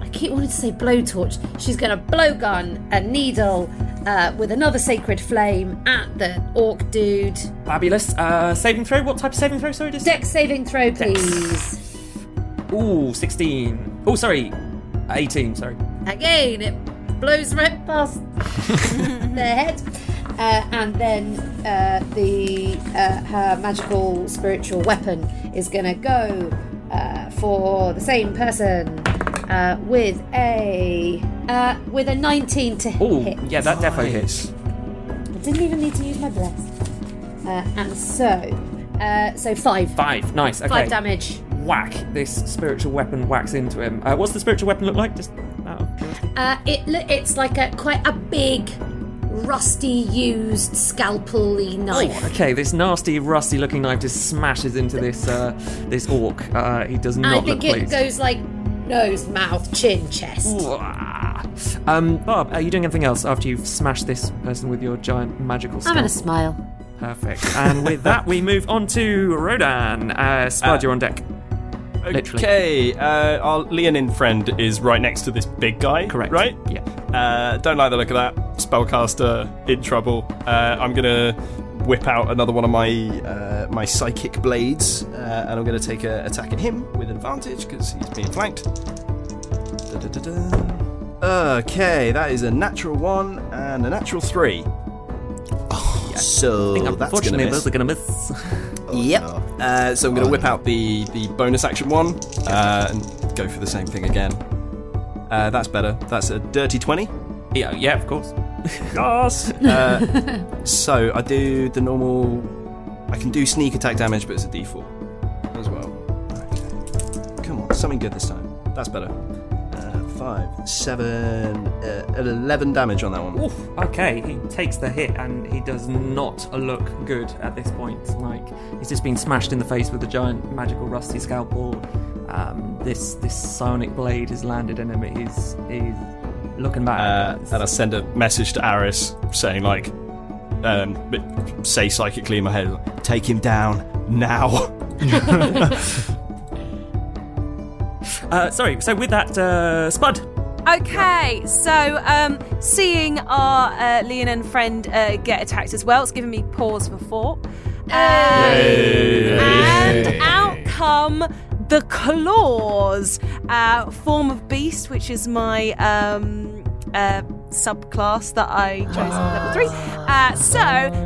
I keep wanting to say blowtorch. She's gonna blowgun a needle uh, with another sacred flame at the orc dude.
Fabulous. Uh, saving throw. What type of saving throw? Sorry, just
Dex saving throw,
Dex.
please.
Ooh, 16. Oh, sorry. 18, sorry.
Again, it blows right
[laughs]
past their head. Uh, and then uh, the uh, her magical spiritual weapon is going to go uh, for the same person uh, with a uh, with a 19 to hit.
Yeah, that defo hits.
I didn't even need to use my bless. Uh, and so, uh, so five.
Five. Nice. Okay.
Five damage.
Whack. This spiritual weapon whacks into him. Uh, what's the spiritual weapon look like? Just out of
Uh, it lo- it's like a quite a big, rusty, used scalpel-y knife.
Oh, Okay, this nasty, rusty-looking knife just smashes into this uh, this orc. Uh, he does
and I
not look
think it
pleased.
goes like nose, mouth, chin, chest.
Um, Bob, are you doing anything else after you've smashed this person with your giant magical?
I'm gonna
scalpel?
smile.
[laughs]
Perfect. And with that, we move on to Rodan. Uh, Spud,
Uh,
you're on deck. literally.
Okay, uh, our Leonin friend is right next to this big guy. Correct. Right?
Yeah.
Uh, don't like the look of that. Spellcaster in trouble. Uh, I'm gonna whip out another one of my uh, my psychic blades, uh, and I'm gonna take an attack at him with advantage because he's being flanked. Da-da-da-da. Okay, that is a natural one and a natural three. Yeah, So
Oh, I think
Oh, that's
unfortunately
gonna miss. Oh,
those are gonna miss. [laughs]
yep. Uh, so I'm going to whip out the, the bonus action one uh, and go for the same thing again. Uh, that's better. That's a dirty 20.
Yeah, yeah of course.
[laughs] Yes! uh, so I do the normal. I can do sneak attack damage, but it's a d4 as well. Okay. Come on, something good this time. That's better. Uh, 5, 7, uh, 11 damage on that one.
Oof. Okay, he takes the hit and he does not look good at this point. Like he's just been smashed in the face with a giant magical rusty scalpel. Um, this this psionic blade has landed in him. He's he's looking back.
Uh, and I send a message to Aris saying, like, um, but say psychically in my head, like, take him down now.
Uh, sorry. So with that, uh, Spud.
Okay, so um, seeing our uh, Leonin friend uh, get attacked as well, it's giving me pause for thought. And out come the claws, uh, form of beast, which is my um, uh, subclass that I chose at level three. Uh, so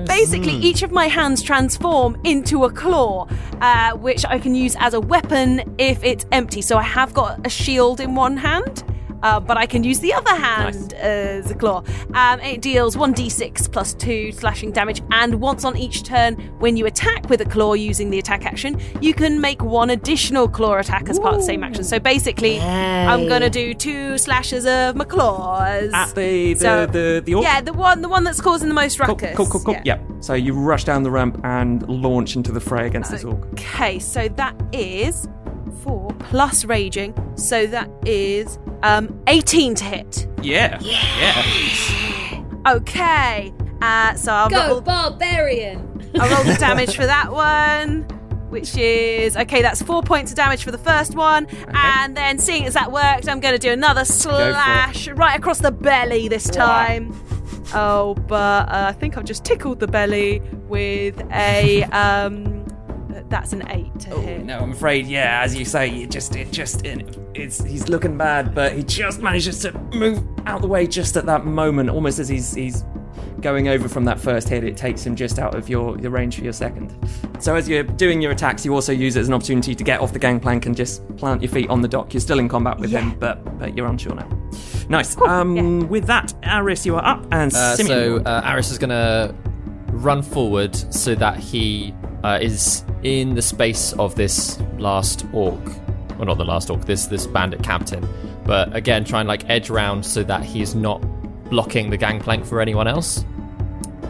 basically,
Mm.
each of my hands transform into a claw, uh, which I can use as a weapon if it's empty. So I have got a shield in one hand. Uh, but I can use the other hand as a claw. Um, it deals 1d6 plus 2 slashing damage, and once on each turn, when you attack with a claw using the attack action, you can make one additional claw attack as part of the same action. So basically, I'm going to do two slashes of my claws.
At the the
So-
the, the orc?
yeah, the one the one that's causing the most ruckus.
Cool, cool, cool.
Yeah.
Yeah. So you rush down the ramp and launch into the fray against this orc.
Okay, so that is four plus raging, so that is um 18 to hit.
Yeah. Yeah.
Okay, uh, so I'll
Go
roll,
barbarian.
I'll roll the damage for that one, which is okay. That's four points of damage for the first one, and then seeing as that worked, I'm going to do another slash right across the belly this time. Oh, but uh, I think I've just tickled the belly with a um. That's an eight to hit.
No, I'm afraid. Yeah, as you say, it just it just it, it's he's looking bad, but he just manages to move out the way just at that moment, almost as he's he's going over from that first hit. It takes him just out of your the range for your second. So as you're doing your attacks, you also use it as an opportunity to get off the gangplank and just plant your feet on the dock. You're still in combat with him, but but you're unsure now. Nice. um, with that, Aris, you are up, and
Uh,
Simeon,
so
you're up.
uh, Aris is going to run forward so that he uh, is in the space of this last orc. Well, not the last orc. This this bandit captain. But again, try and like edge round so that he is not blocking the gangplank for anyone else.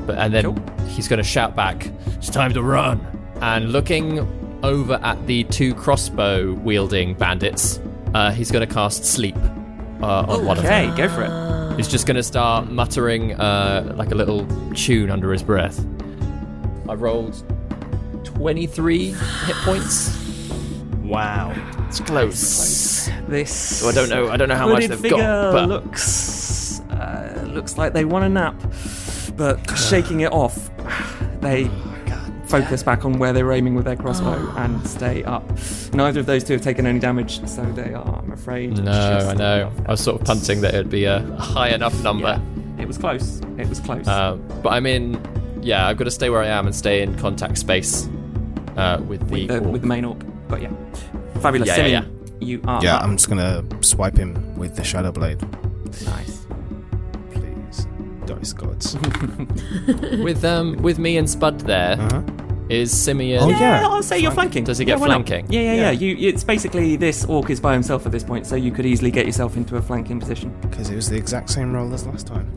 But and then he's going to shout back, "It's time to run!" And looking over at the two crossbow wielding bandits, uh, he's going to cast sleep uh, on one of
Okay,
them.
go for it.
He's just going to start muttering uh, like a little tune under his breath. [laughs] I rolled 23 hit points.
Wow,
it's close.
This.
So I don't know. I don't know how much
hooded
they've
figure
got. But
looks uh, looks like they want a nap, but shaking it off,
[sighs] Oh
they focus back on where they're aiming with their
[gasps]
crossbow and stay up. Neither of those two have taken any damage, so they are, I'm afraid.
no,
just
I know. I was sort of punting that it would be a high enough number.
It was close. It was close.
Uh, but I'm in. Yeah, I've got to stay where I am and stay in contact space uh, with the,
the- with the main orc. But yeah, fabulous.
Yeah, yeah,
Simeon, you are.
yeah,
up.
I'm just gonna swipe him with the shadow blade.
Nice.
Please,
[laughs]
dice gods.
[laughs] with um with me and Spud there is Simeon.
Uh-huh. Oh, yeah. Yeah, I'll say you're flanking.
Does he
Yeah,
get
why not?
flanking?
Yeah, yeah, yeah. You, it's basically this orc is by himself at this point, so you could easily get yourself into a flanking position.
Because it was the exact same roll as last
[laughs]
time.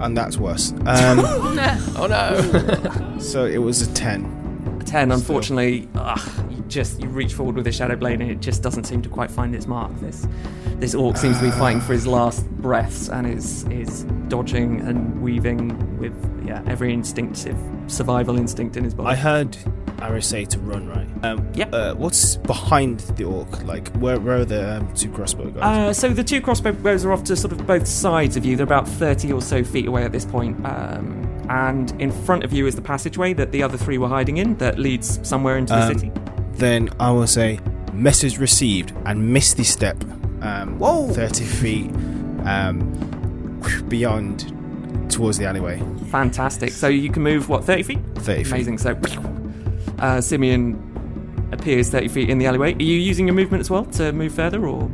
and that's worse. Um,
oh
[laughs]
no!
so it was a 10.
A ten, unfortunately, ugh, you just you reach forward with a shadow blade, and it just doesn't seem to quite find its mark. This this orc seems
Ah.
to be fighting for his last breaths, and is is dodging and weaving with yeah every instinctive survival instinct in his body.
I heard RSA to run, right? Um, yeah. Uh, what's behind the orc? Like, where, where are the um, two crossbow guys?
Uh, so the two crossbow bows are off to sort of both sides of you. They're about 30 or so feet away at this point. Um, and in front of you is the passageway that the other three were hiding in that leads somewhere into the
Um,
city.
Then I will say, message received, and misty step. Um, Whoa! 30 feet um, beyond towards the alleyway.
Fantastic. So you can move, what, 30 feet?
30 feet.
Amazing. So uh, Simeon appears 30 feet in the alleyway. Are you using your movement as well to move further or?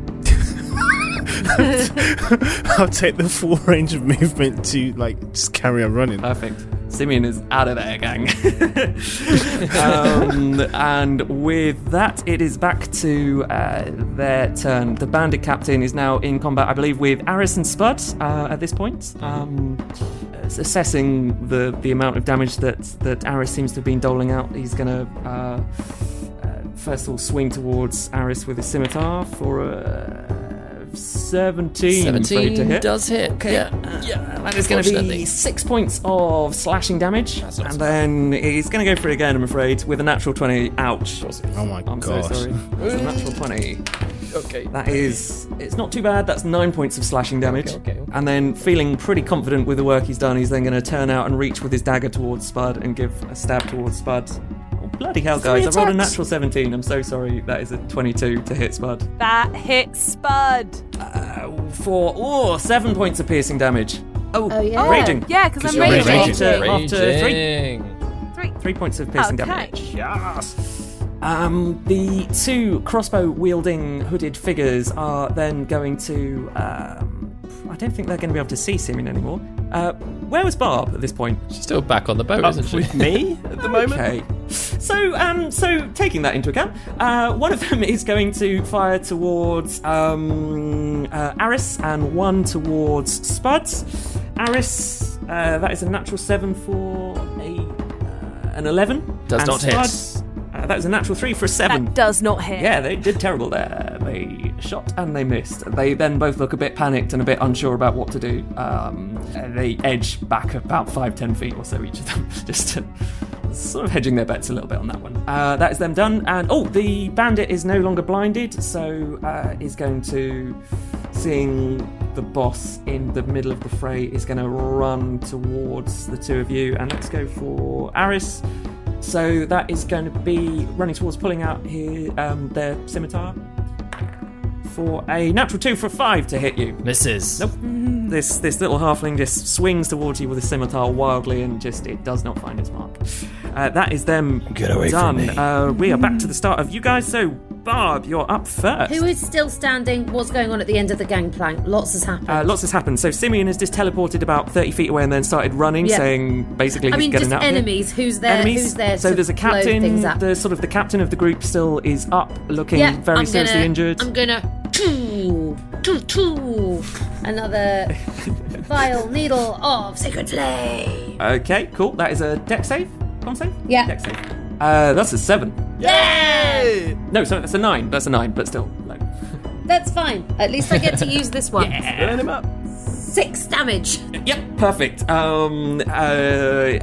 I'll take the full range of movement to, like, just carry on running.
Perfect. Simeon is out of there, gang. um, and with that, it is back to uh, their turn. The bandit captain is now in combat, I believe, with Aris and Spud uh, at this point, um, s- assessing the, the amount of damage that, that Aris seems to have been doling out. He's going to. Uh, uh, First of all, swing towards Aris with his scimitar for a 17. I'm afraid, to
17
hit.
does hit,
Okay.
yeah.
yeah. That is going to be
Unfortunately.
six points of slashing damage, and then he's going to go for it again. I'm afraid with a natural twenty. Ouch!
Oh my
I'm
gosh.
so sorry. That's a natural twenty.
[laughs] Okay.
That is. It's not too bad. That's nine points of slashing damage. Okay. And then feeling pretty confident with the work he's done, he's then going to turn out and reach with his dagger towards Spud and give a stab towards Spud. Oh, bloody hell,
Three
guys! I rolled a
attacks.
natural seventeen. I'm so sorry. That is a twenty-two to hit Spud.
That hits Spud.
For oh, seven points of piercing damage. Oh,
yeah.
raging.
Yeah, 'cause I'm
you're
raging.
After, after three,
Raging.
three, three points of piercing
Okay.
damage. Um, the two crossbow wielding hooded figures are then going to. Um, I don't think they're going to be able to see Simeon anymore. Uh, where was Barb at this point? She's
still back on the boat,
Up
isn't she?
Oh,
[laughs]
With me at the moment. Okay. So, um, so taking that into account, uh, one of them [laughs] is going to fire towards um, uh, Aris and one towards Spuds. Aris, uh, that is a natural seven for a uh, an eleven.
Does
And
not hit.
Spuds, uh, that is a natural three for a seven.
That does not hit.
Yeah, they did terrible there. They shot and they missed. They then both look a bit panicked and a bit unsure about what to do. Um, and they edge back about five, ten feet or so each of them, [laughs] just to, sort of hedging their bets a little bit on that one. Uh, that is them done. And oh, the bandit is no longer blinded, so uh, is going to, seeing the boss in the middle of the fray, is going to run towards the two of you. And let's go for Aris. So that is going to be running towards pulling out his, um, their scimitar for a natural two for five to hit you.
Misses.
Nope. This this little halfling just swings towards you with a scimitar wildly and just it does not find its mark. Uh, that is them
Get away
done.
from me.
Uh, we are back to the start of you guys. So Barb, you're up first.
Who is still standing? What's going on at the end of the gangplank? Lots has happened.
Uh, lots has happened. So Simeon has just teleported about thirty feet away and then started running,
Yeah.
saying basically
I
he's
mean,
getting
just
out. of here.
enemies. Who's there?
Enemies.
Who's there?
So
to
there's a
blow
captain.
Things up.
The sort of the captain of the group still is up, looking
yeah,
very
I'm
seriously
gonna,
injured.
I'm gonna choo, choo,
[laughs]
choo, another vile needle of sacred flame.
Okay, cool. That is a deck save. Con save.
Yeah.
Deck save. Uh, that's a seven. Yay! No, sorry, that's a nine. That's a nine, but still. Like,
That's fine. At least I get to use
[laughs]
this one.
him up.
Six damage.
Yep. Perfect. Um, uh,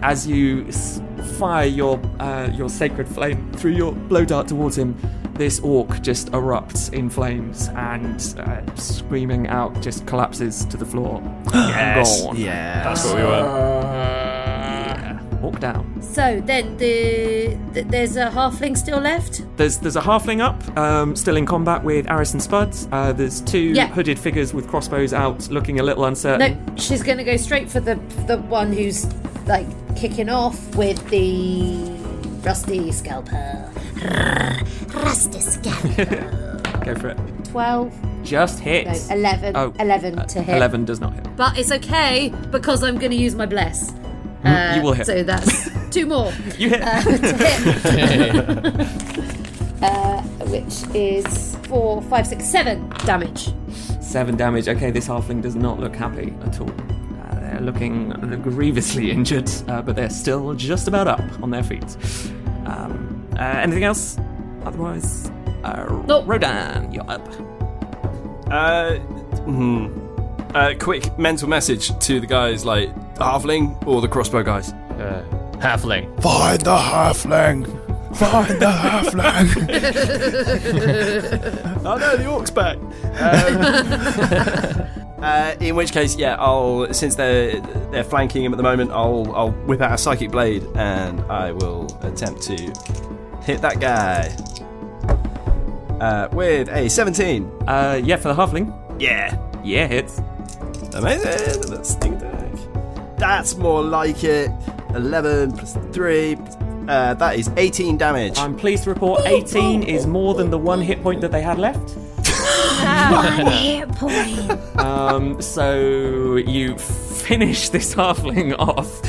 as you s- fire your uh, your sacred flame through your blow dart towards him, this orc just erupts in flames and uh, screaming out, just collapses to
[gasps]
the floor.
Yes.
Gone.
Yeah. That's what we were.
Yeah. Orc down.
So then the, th there's a halfling still left.
There's there's a halfling up, um, still in combat with Aris and Spuds. Uh, there's two
Yeah.
hooded figures with crossbows out, looking a little uncertain.
No, she's gonna go straight for the the one who's like kicking off with the rusty scalpel. rusty scalpel.
Go for it.
[laughs] Twelve.
Just
No,
hits.
11,
Oh,
11 to hit.
Eleven does not hit.
But it's okay because I'm going to use my bless.
Mm, you will hit.
Uh,
[laughs]
So that's two more.
You hit.
Uh, to
[laughs]
hit. uh, which is four, five, six, seven damage.
Seven damage. Okay, this halfling does not look happy at all. Uh, they're looking grievously injured, uh, but they're still just about up on their feet. Um, uh, anything else? Otherwise, uh, Rodan, you're up.
Uh, hmm. uh, quick mental message to the guys like the halfling or the crossbow guys.
Uh, halfling.
Find the halfling.
Find the [laughs]
halfling.
oh no, the orc's back. [laughs]
Um, uh, in which case, yeah, I'll since they're they're flanking him at the moment, I'll I'll whip out a psychic blade and I will attempt to hit that guy uh, with a seventeen.
Uh, yeah, for the halfling.
Yeah,
yeah, hits.
Amazing. That's ding dong. That's more like it. Eleven plus three. Uh, that is eighteen damage.
I'm pleased to report 18 is more than the one hit point that they had left.
One hit [laughs] point.
[laughs] Um, so you finish this halfling off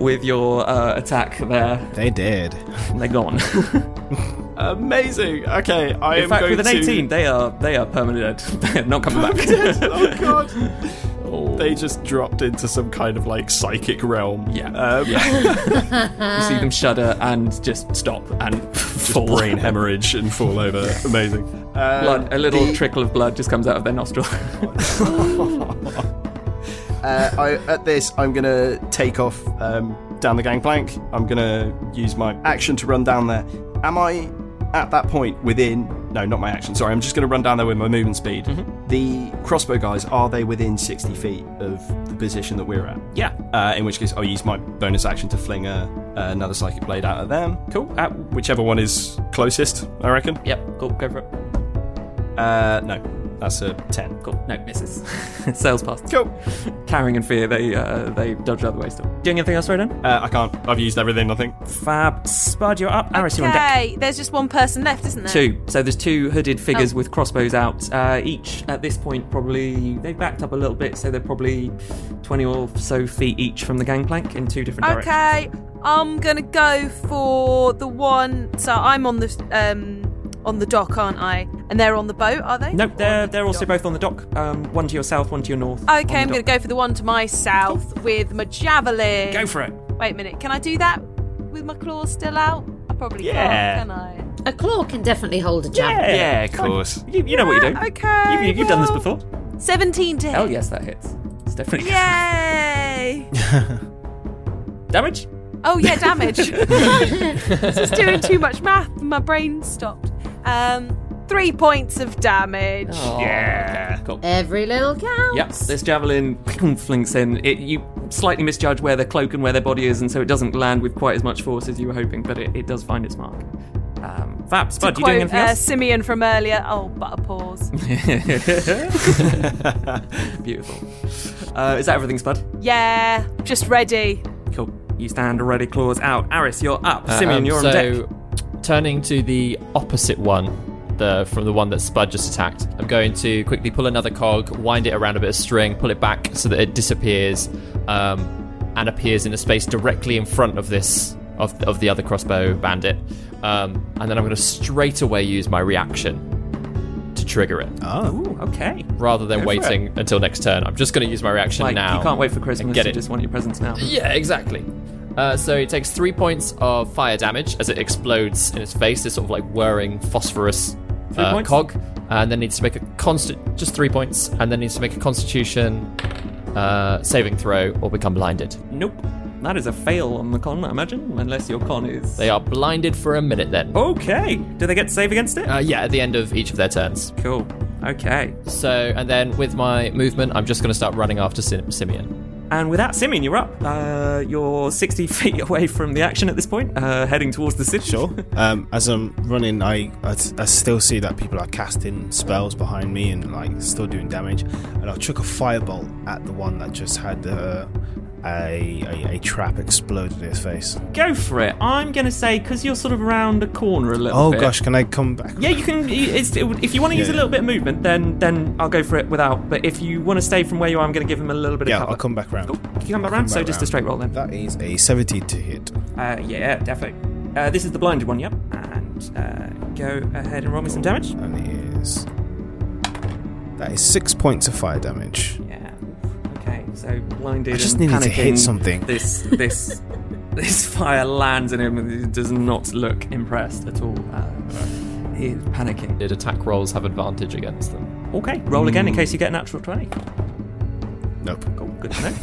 with your uh, attack there.
They did.
They're
[laughs]
gone. [laughs]
Amazing. Okay, I
In
am
fact,
going
with an
to.
18, they are they are permanently dead. [laughs] They're not coming back. Oh. [laughs]
oh god. They just dropped into some kind of like psychic realm.
Yeah.
Um, [laughs]
you see them shudder uh, and just stop and [laughs] fall.
brain hemorrhage and
[laughs]
fall over. Amazing. Uh,
blood, a little
the-
trickle of blood just comes out of their
[laughs]
nostril.
Uh, I, at this, I'm gonna take off um, down the gangplank. I'm gonna use my action to run down there. Am I at that point within? No, not my action. Sorry, I'm just gonna run down there with my movement speed.
Mm-hmm.
The crossbow guys are they within 60 feet of the position that we're at?
Yeah.
Uh, in which case, I'll use my bonus action to fling a, another psychic blade out at them. Uh,
Cool.
whichever one is closest, I reckon.
Yep. Cool. Go for it.
Uh, no, that's a 10.
Cool. No misses. [laughs] Sales past.
Cool.
Cowering in fear, they uh, they dodge out the way still. Doing anything else, Rodan?
Uh, I can't. I've used everything. I think.
Fab. Spud, you're up. Aris, you're on deck.
Okay, there's just one person left, isn't there?
Two. So there's two hooded figures
Oh.
with crossbows out. Uh, each at this point probably they've backed up a little bit, so they're probably twenty or so feet each from the gangplank in two different directions.
Okay, I'm gonna go for the one. So I'm on the um on the dock, aren't I? And they're on the boat, are they?
Nope, they're they're also both on the dock. Um, one to your south, one to your north.
Okay, I'm gonna go for the one to my south with my javelin.
Go for it.
Wait a minute, can I do that with my claws still out? I probably
Yeah.
can't, can I?
A claw can definitely hold a jab.
Yeah, of course. You, you know what you do.
Okay.
You, have done this before.
Seventeen to hit.
Hell yes, that hits. It's [laughs] definitely
Yay!
damage.
Oh yeah,
[laughs]
damage. this is doing too
Oh,
much math. My brain stopped. Um, three points of damage.
yeah. Cool.
Every little count.
Yep, this javelin [clears throat] flinks in. It, you slightly misjudge where their cloak and where their body is, and so it doesn't land with quite as much force as you were hoping, but it, it does find its mark. Um, Fab,
To
Spud, you
quote
doing anything
uh,
else?
Simeon from earlier, oh, but a pause. uh,
[laughs] Beautiful. Uh, is that everything, Spud?
yeah, just ready.
Cool. You stand ready, claws out. Aris, you're up. Simeon,
Um,
you're on deck.
so, Turning to the opposite one, the from the one that Spud just attacked, I'm going to quickly pull another cog, wind it around a bit of string, pull it back so that it disappears, um, and appears in a space directly in front of this of of the other crossbow bandit. Um, and then I'm going to straight away use my reaction to trigger it.
Oh,
okay.
Rather than
Go for it.
waiting until next turn, I'm just going to use my reaction
Like,
now.
you can't wait for
and
Christmas.
Get
you
it.
just want your presents now.
Yeah, exactly. Uh, so it takes three points of fire damage as it explodes in its face, this sort of like whirring phosphorus
Three
uh,
points?
cog, and then needs to make a constant, just three points, and then needs to make a Constitution uh, saving throw or become blinded.
Nope. That is a fail on the con, I imagine, unless your con is.
They are blinded for a minute then.
Okay. Do they get to save against it?
Uh, yeah, at the end of each of their turns.
Cool. Okay.
So, and then with my movement, I'm just going to start running after Sim- Simeon.
And with that, Simeon, you're up. Uh, you're 60 [laughs] feet away from the action at this point, uh, heading towards the city. Sure.
Um, as I'm running, I, I s- I still see that people are casting spells behind me and like still doing damage. And I'll chuck a firebolt at the one that just had uh, a, a a trap exploded in its face.
[laughs] Go for it. I'm going to say, because you're sort of around a corner a little
Oh
bit.
gosh, can I come back?
Yeah, you can. you- It's, if you want to use a
Yeah.
little bit of movement, then then I'll go for it without. But if you want to stay from where you are, I'm going to give him a little bit
Yeah,
of cover. Oh,
I'll come back round.
You come back round, so just a straight roll then.
That is a 70 to hit.
Uh, yeah, definitely. Uh, this is the blinded one, yep. And uh, go ahead and roll me some damage.
And it is. That is six points of fire damage.
Yeah. Okay, so blinded.
I just
and
needed to hit
panicking,
something.
This this [laughs] this fire lands in him and he does not look impressed at all. Uh, he is panicking.
Did attack rolls have advantage against them?
Okay, roll again in
Hmm.
Mm.
case you get a natural twenty.
Nope. [laughs]
Cool, good to know.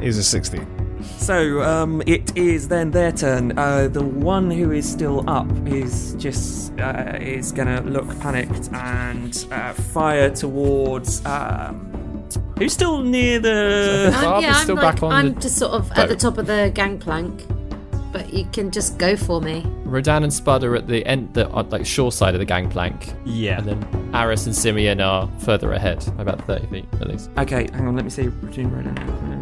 It is a 16.
So um, it is then their turn. Uh, the one who is still up is just uh, is going to look panicked and uh, fire towards. Um, who's still near the?
I'm, yeah, I'm, like, I'm just sort of at the top of the gangplank, but you can just go for me.
Rodan and Spud are at the end, the uh, like shore side of the gangplank.
Yeah.
And then Aris and Simeon are further ahead, about thirty feet at least.
Okay, hang on. Let me see between Rodan. and-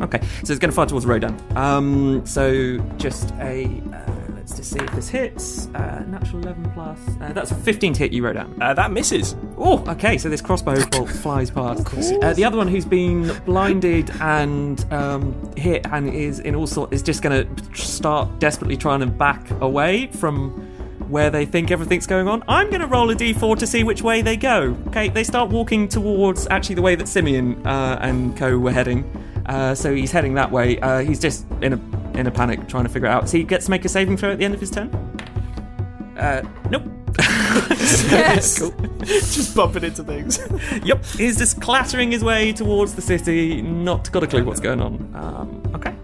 Okay, so it's going to fire towards Rodan. Um, so just a uh, let's just see if this hits. Uh, natural eleven plus. Uh, that's a fifteen to hit you, Rodan. Uh, that misses. Oh, okay. So this [laughs] crossbow bolt flies past. Uh, the other one who's been blinded and um, hit and is in all sort is just going to start desperately trying to back away from. Where they think everything's going on, I'm going to roll a d4 to see which way they go. Okay, they start walking towards actually the way that Simeon uh, and Co were heading. Uh, so he's heading that way. Uh, he's just in a in a panic, trying to figure it out. So he gets to make a saving throw at the end of his turn. Uh, nope. [laughs]
[laughs]
yes. Just bumping into things. yep. He's just clattering his way towards the city. Not got a clue what's going on. Um, okay.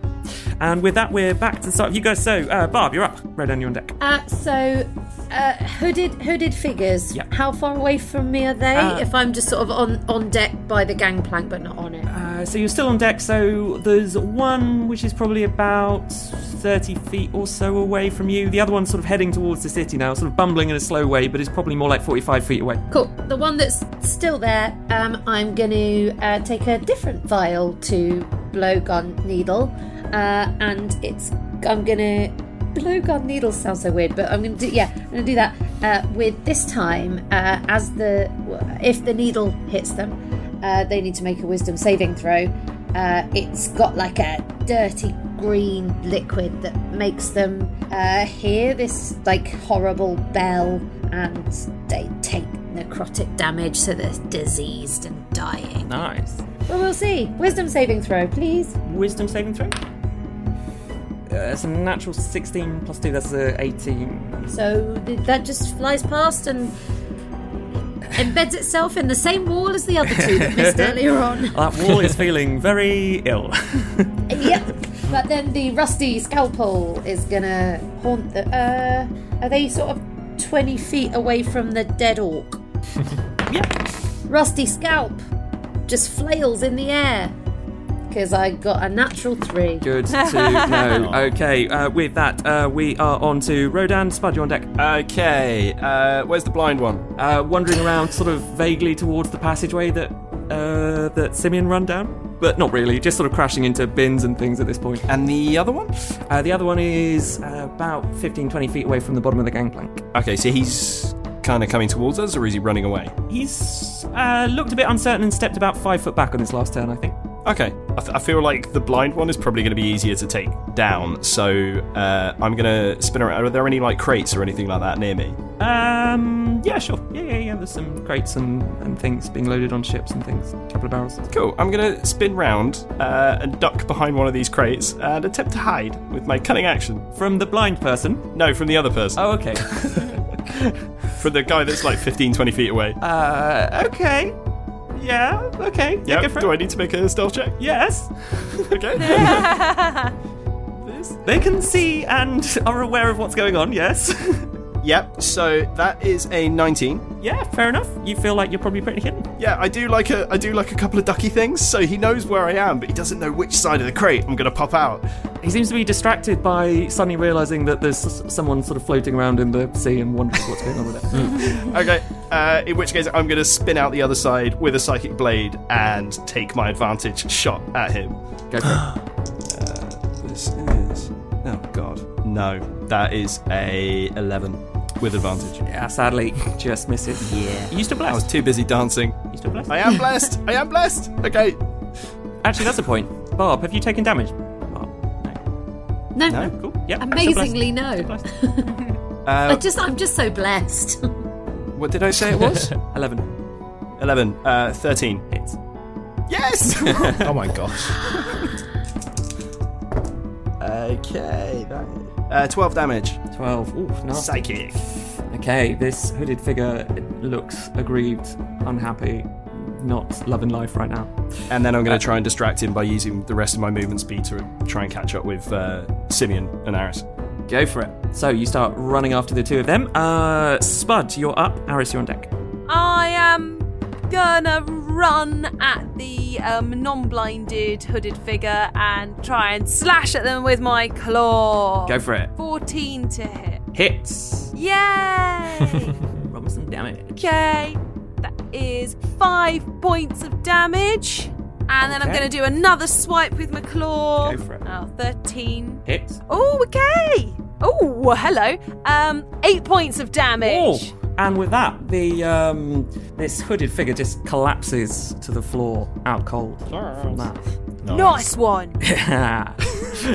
And with that, we're back to the start of you guys. So, uh, Barb, you're up. Rodan, you're on deck.
Uh, so, uh, hooded hooded figures.
Yep.
How far away from me are they?
Uh,
if I'm just sort of on on deck by the gangplank, but not on it.
Uh, so you're still on deck. So there's one which is probably about 30 feet or so away from you. The other one's sort of heading towards the city now, sort of bumbling in a slow way, but it's probably more like 45 feet away.
Cool. The one that's still there, um, I'm going to uh, take a different vial to blowgun needle, uh, and it's I'm going to blowgun needle sounds so weird, but I'm going to do yeah, I'm going to do that uh, with this time uh, as the if the needle hits them, uh, they need to make a wisdom saving throw. Uh, it's got like a dirty green liquid that makes them uh, hear this like horrible bell, and they take necrotic damage, so they're diseased and dying.
Nice.
Well, we'll see. Wisdom saving throw, please.
Wisdom saving throw? Uh, it's a natural 16 plus 2, that's a 18.
So th- that just flies past and embeds itself in the same wall as the other two
[laughs]
that missed earlier on.
that wall is feeling very ill.
yep. But then the rusty scalpel is gonna haunt the. Uh, are they sort of twenty feet away from the
[laughs]
dead orc? yep. Rusty scalp just flails in the air because I got a natural three.
Good
[laughs]
to know. okay, uh, with that, uh, we are on to Rodan. Spud, you're on deck.
Okay, uh, where's the blind one?
Uh, wandering around sort of vaguely towards the passageway that uh, that Simeon run down, but not really, just sort of crashing into bins and things at this point.
And the other one?
Uh, the other one is uh, about 15, 20 feet away from the bottom of the gangplank.
Okay, so he's kind of coming towards us, or is he running away?
He's uh, looked a bit uncertain and stepped about five foot back on his last turn, I think.
Okay, I, th- I feel like the blind one is probably going to be easier to take down, so uh, I'm going to spin around. Are there any like crates or anything like that near me?
Um, yeah, sure. Yeah, yeah, yeah. There's some crates and, and things being loaded on ships and things. A couple of barrels.
Cool. I'm going to spin round uh, and duck behind one of these crates and attempt to hide with my cunning action.
From the blind person?
No, from the other person.
Oh, okay.
[laughs] from the guy that's like 15, 20 feet away.
Uh, okay. Yeah, okay. Yeah, go for
Do
it.
I need to make a stealth check?
Yes.
[laughs] okay.
They can see and are aware of what's going on, yes.
[laughs] yep, so that is a 19.
[laughs] Yeah, fair enough. You feel like you're probably pretty hidden.
Yeah, I do like a I do like a couple of ducky things, so he knows where I am, but he doesn't know which side of the crate I'm gonna pop out.
He seems to be distracted by suddenly realizing that there's s- someone sort of floating around in the sea and wondering what's going on with it.
okay, uh, in which case I'm gonna spin out the other side with a psychic blade and take my advantage shot at him. Uh,
Go
this is oh god, no, that is a 11 with advantage.
Yeah, sadly, [laughs] just misses. Yeah, you still blessed.
I was too busy dancing.
You still blessed.
I am blessed. I am blessed. Okay.
Actually, that's a point. Barb, have you taken damage?
No.
No,
cool. Yeah.
Amazingly, no. I [laughs]
Uh,
just, I'm just so blessed.
what did I say
[laughs]
it was?
11.
11. Uh, 13.
Hits.
Yes!
[laughs] oh my gosh.
[laughs] Okay. That, uh, 12 damage.
12. Ooh, nice.
Psychic.
Okay, this hooded figure looks aggrieved, unhappy,
not loving life right now.
And then I'm
Uh,
going to try and distract him by using the rest of my movement speed to try and catch up with uh, Simeon and Aris.
Go for it. So you start running after the two of them. Uh, Spud, you're up. Aris, you're on deck.
I am gonna run at the um, non-blinded hooded figure and try and slash at them with my claw.
Go for it.
14 to hit.
Hits.
Yay!
[laughs] Roll some damage.
okay, that is five points of damage. And then I'm
Okay.
gonna do another swipe with my claw.
Go for it.
Oh, 13.
Hits.
Oh, okay. Oh, hello. Um, eight points of damage.
Oh, and with that, the um, this hooded figure just collapses to the floor, out cold
Oh,
from that. [laughs]
Nice one.
Are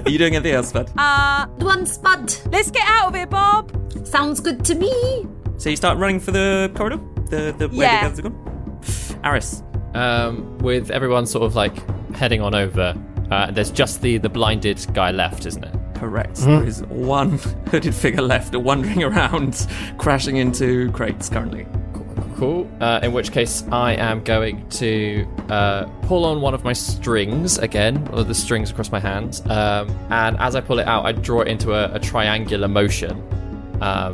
you doing anything else, Spud?
Uh,
one spud.
Let's get out of here, Bob.
Sounds good to me.
So you start running for the corridor, the the where
Yeah.
the others are gone. Aris.
Um, with everyone sort of like heading on over, uh, there's just the the blinded guy left, isn't it?
Correct.
Hmm.
There is one [laughs] hooded figure left, wandering [laughs] around, crashing into crates currently.
Cool. Uh, in which case, I am going to uh, pull on one of my strings again, or the strings across my hands. Um, and as I pull it out, I draw it into a, a triangular motion, um,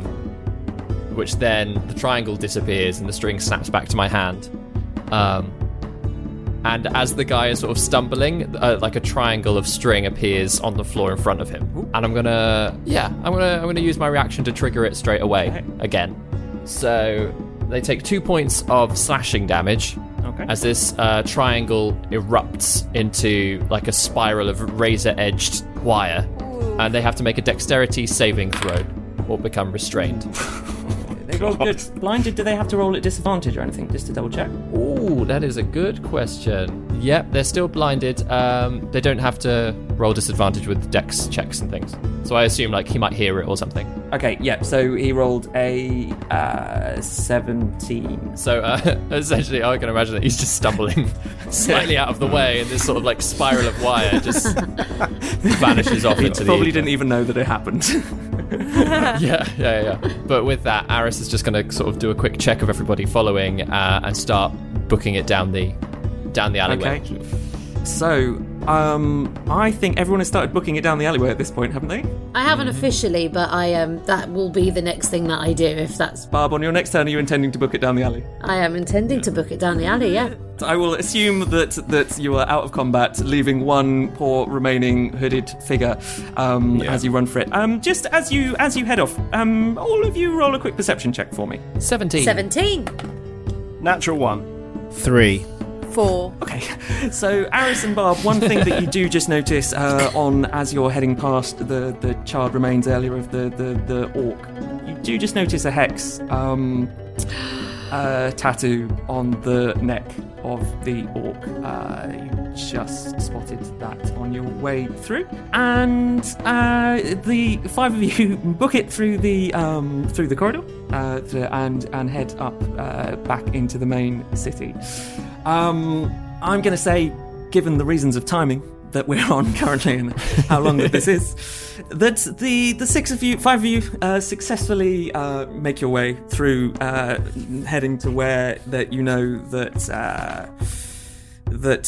which then the triangle disappears and the string snaps back to my hand. Um, and as the guy is sort of stumbling, uh, like a triangle of string appears on the floor in front of him. And I'm gonna, yeah, I'm gonna, I'm gonna use my reaction to trigger it straight away again. So they take two points of slashing damage
Okay.
as this uh, triangle erupts into like a spiral of razor-edged wire, and they have to make a dexterity saving throw or become restrained.
They
[laughs]
rolled good. Blinded, do they have to roll at disadvantage or anything? Just to double check.
Ooh, that is a good question. Yep, they're still blinded. Um, they don't have to roll disadvantage with dex checks and things. So I assume like he might hear it or something. [laughs]
Okay, yeah, so he rolled a uh, 17.
So uh, [laughs] essentially, I can imagine that he's just stumbling [laughs] slightly out of the way, and this sort of like spiral of wire
[laughs]
just vanishes off
He
into the.
probably
ether.
didn't even know that it happened.
[laughs] yeah, yeah, yeah. But with that, Aris is just going to sort of do a quick check of everybody following uh, and start booking it down the down the [laughs] alleyway.
Okay. So, um, I think everyone has started booking it down the alleyway at this point, haven't they?
I haven't officially, but I um that will be the next thing that I do if that's
Barb, on your next turn, are you intending to book it down the alley?
I am intending to book it down the alley, yeah.
I will assume that that you are out of combat, leaving one poor remaining hooded figure um, as you run for it. Um, just as you as you head off, um, all of you roll a quick perception check for me.
17.
17.
Natural one.
Three.
Four.
Okay. [laughs] So, Aris and Barb, one thing that you do just notice uh, on as you're heading past the, the charred remains earlier of the, the, the orc, you do just notice a hex um, uh, tattoo on the neck of the orc. Uh, you just spotted that on your way through, and uh, the five of you [laughs] book it through the um, through the corridor uh, th- and and head up uh, back into the main city. Um, I'm going to say, given the reasons of timing that we're
[laughs]
on currently and how long that this is, that the the six of you, five of you, uh, successfully uh, make your way through, uh, heading to where that you know that uh, that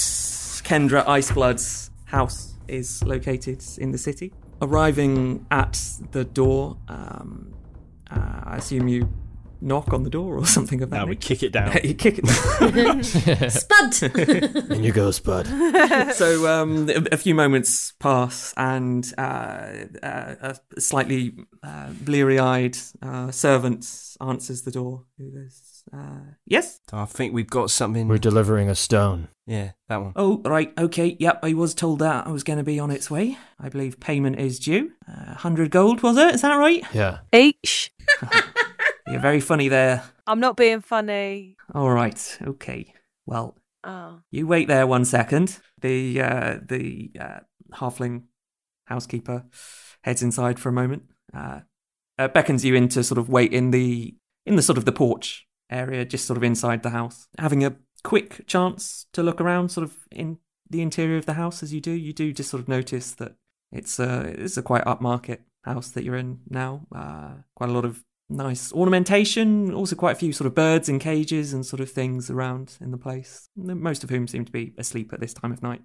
Kendra Iceblood's house is located in the city. Arriving at the door, um, uh, I assume you knock on the door or [laughs] something of that. No, we
kick it down.
[laughs] you kick it down.
[laughs]
Spud.
In you go, Spud.
[laughs] so um, a, a few moments pass, and uh, uh, a slightly uh, bleary-eyed uh, servant answers the door. Who goes, uh, "Yes,
I think we've got something.
We're delivering a stone.
Yeah, that one.
oh right, okay, yep. I was told that I was going to be on its way. I believe payment is due. Uh, Hundred gold was it? Is that right?
Yeah.
H.
[laughs] You're very funny there.
I'm not being funny.
All right, okay. Well,
Oh.
You wait there one second. The uh, the uh, halfling housekeeper heads inside for a moment. Uh, uh, beckons you in to sort of wait in the in the sort of the porch area, just sort of inside the house, having a quick chance to look around, sort of in the interior of the house as you do. You do just sort of notice that it's a it's a quite upmarket house that you're in now. Uh, quite a lot of
nice ornamentation, also quite a few sort of birds in cages and sort of things around in the place, m- most of whom seem to be asleep at this time of night.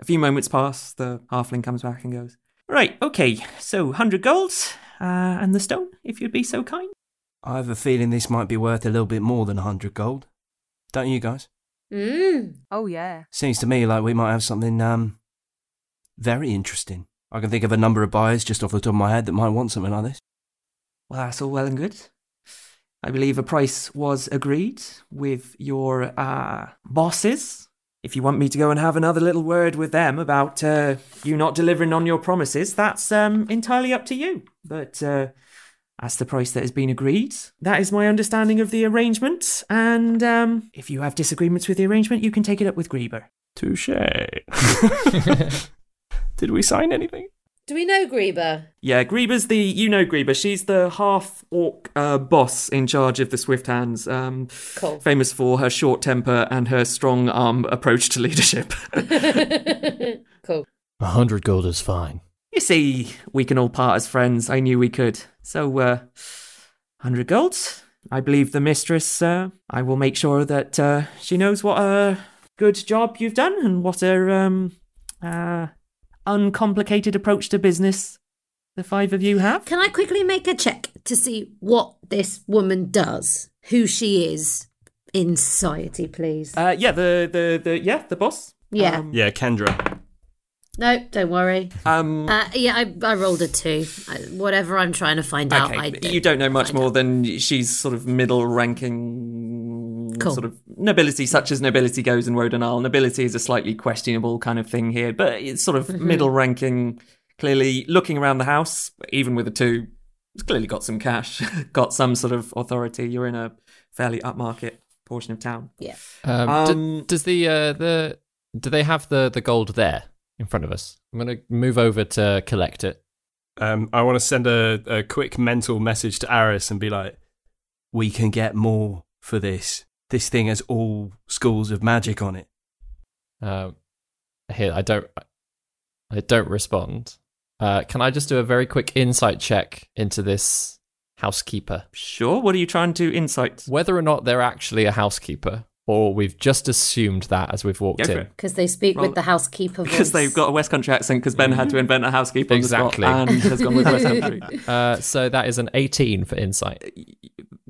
A few moments pass, the halfling comes back and goes, Right, okay, so 100 golds uh, and the stone, if you'd be so kind.
I have a feeling this might be worth a little bit more than 100 gold. Don't you guys?
Mm. Oh, yeah.
Seems to me like we might have something um very interesting. I can think of a number of buyers just off the top of my head that might want something like this.
Well, that's all well and good. I believe a price was agreed with your uh, bosses. If you want me to go and have another little word with them about uh, you not delivering on your promises, that's um, entirely up to you. But uh, as the price that has been agreed, that is my understanding of the arrangement. And um, if you have disagreements with the arrangement, you can take it up with Grieber.
Touche. [laughs] Did we sign anything?
[laughs] Do we know Grieber? [laughs]
Yeah, Grieber's the you know Grieber. She's the half orc uh, boss in charge of the Swift Hands. Um,
Cool.
Famous for her short temper and her strong arm approach to leadership. [laughs]
cool.
A hundred gold is fine.
you see, we can all part as friends. I knew we could. So, uh, hundred golds. I believe the mistress. Uh, I will make sure that uh, she knows what a good job you've done and what a um, uh, uncomplicated approach to business the five of you have.
Can I quickly make a check to see what this woman does, who she is in society, please?
Uh, yeah, the, the, the yeah the boss.
Yeah.
Yeah, Kendra.
no, don't worry.
Um,
Uh, yeah, I, I rolled a two. I, whatever I'm trying to find out,
okay,
I
you don't know much more than she's sort of middle-ranking
Cool.
sort of nobility, such as nobility goes in Rodanal. Nobility is a slightly questionable kind of thing here, but it's sort of
Mhm.
middle-ranking. Clearly, looking around the house, even with a two, it's clearly got some cash, [laughs] got some sort of authority. You're in a fairly upmarket portion of town.
Yeah.
Um, d- does the uh, the do they have the the gold there in front of us? I'm gonna move over to collect it.
Um, I want to send a, a quick mental message to Aris and be like,
We can get more for this. This thing has all schools of magic on it.
Um, here, I don't, I don't respond. Uh, can I just do a very quick insight check into this housekeeper?
Sure. What are you trying to insight?
Whether or not they're actually a housekeeper, or we've just assumed that as we've walked
Go for
in.
it.
Because they speak
Roll
with
[laughs]
the housekeeper voice.
Because they've got a West Country accent. Because Ben had to invent a housekeeper on the spot
Exactly.
and has gone with West Country.
Uh, so that is an 18 for insight.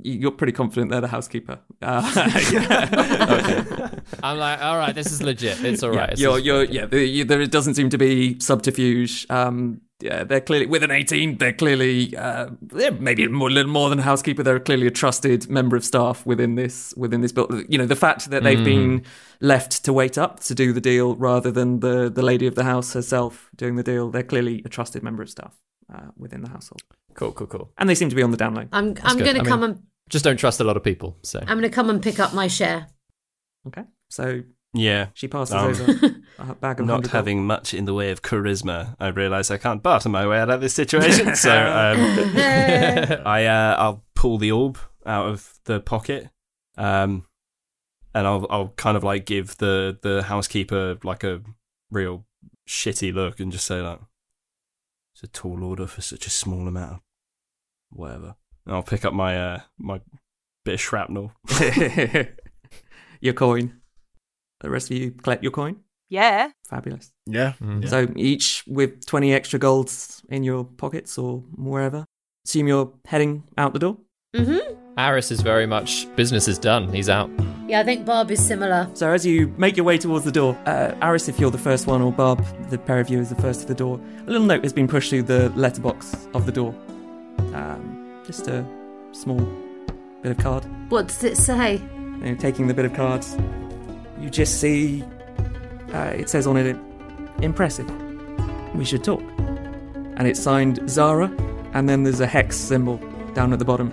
You're pretty confident they're the housekeeper. Uh, [laughs]
[laughs]
[laughs]
I'm like, all right, this is legit. It's all right.
Yeah,
It's
you're, you're, yeah the, you, there doesn't seem to be subterfuge. Um, yeah, they're clearly with an 18. They're clearly uh, they're maybe a more- little more than a housekeeper. They're clearly a trusted member of staff within this within this building. You know, the fact that they've
Mm.
been left to wait up to do the deal rather than the the lady of the house herself doing the deal. They're clearly a trusted member of staff uh, within the household.
Cool, cool, cool.
And they seem to be on the down low.
[laughs] I'm
That's
I'm
good.
gonna
I mean,
come and
Just don't trust a lot of people. So
I'm gonna come and pick up my share.
Okay. So
yeah.
She passes
Um,
over a bag of
Not
100
having much in the way of charisma, I realise I can't barter my way out of this
[laughs]
situation. so um, I, uh, I'll pull the orb out of the pocket, um, and I'll, I'll kind of like give the the housekeeper like a real shitty look and just say like,
It's a tall order for such a small amount of whatever.
and I'll pick up my uh, my bit of shrapnel. [laughs]
[laughs] your coin. The rest of you collect your coin.
Yeah.
Fabulous.
Yeah.
Mm.
So each with 20 extra golds in your pockets or wherever. Assume you're heading out the door.
Mm-hmm.
Aris is very much business is done. He's out.
Yeah, I think Barb is similar.
So as you make your way towards the door, uh, Aris, if you're the first one, or Barb, the pair of you is the first to the door, a little note has been pushed through the letterbox of the door. Um, just a small bit of card.
What does it say?
you know, taking the bit of cards, you just see uh, it says on it, impressive. We should talk. And it's signed Zara, and then there's a hex symbol down at the bottom.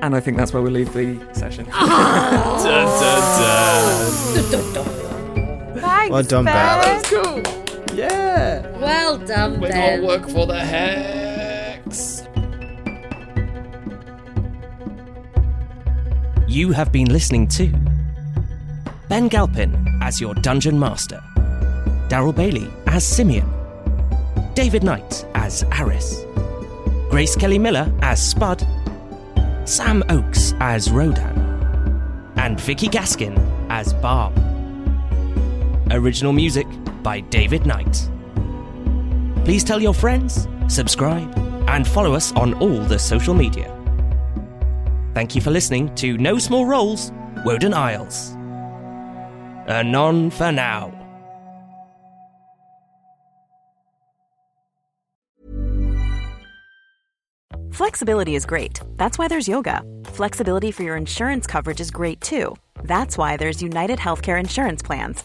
And I think that's where we leave the session.
[laughs]
Thanks,
Well done,
Ben.
Barb.
cool.
Yeah. Well done,
We've got
Ben.
work
for the hex.
You have been listening to Ben Galpin as your dungeon master, Daryl Bailey as Simeon, David Knight as Aris, Grace Kelly Miller as Spud, Sam Oakes as Rodan, and Vicky Gaskin as Barb. Original music by David Knight. Please tell your friends, subscribe, and follow us on all the social media. Thank you for listening to No Small Roles, Woden Isles. Anon for now.
Flexibility is great. That's why there's yoga. Flexibility for your insurance coverage is great too. That's why there's United Healthcare Insurance Plans.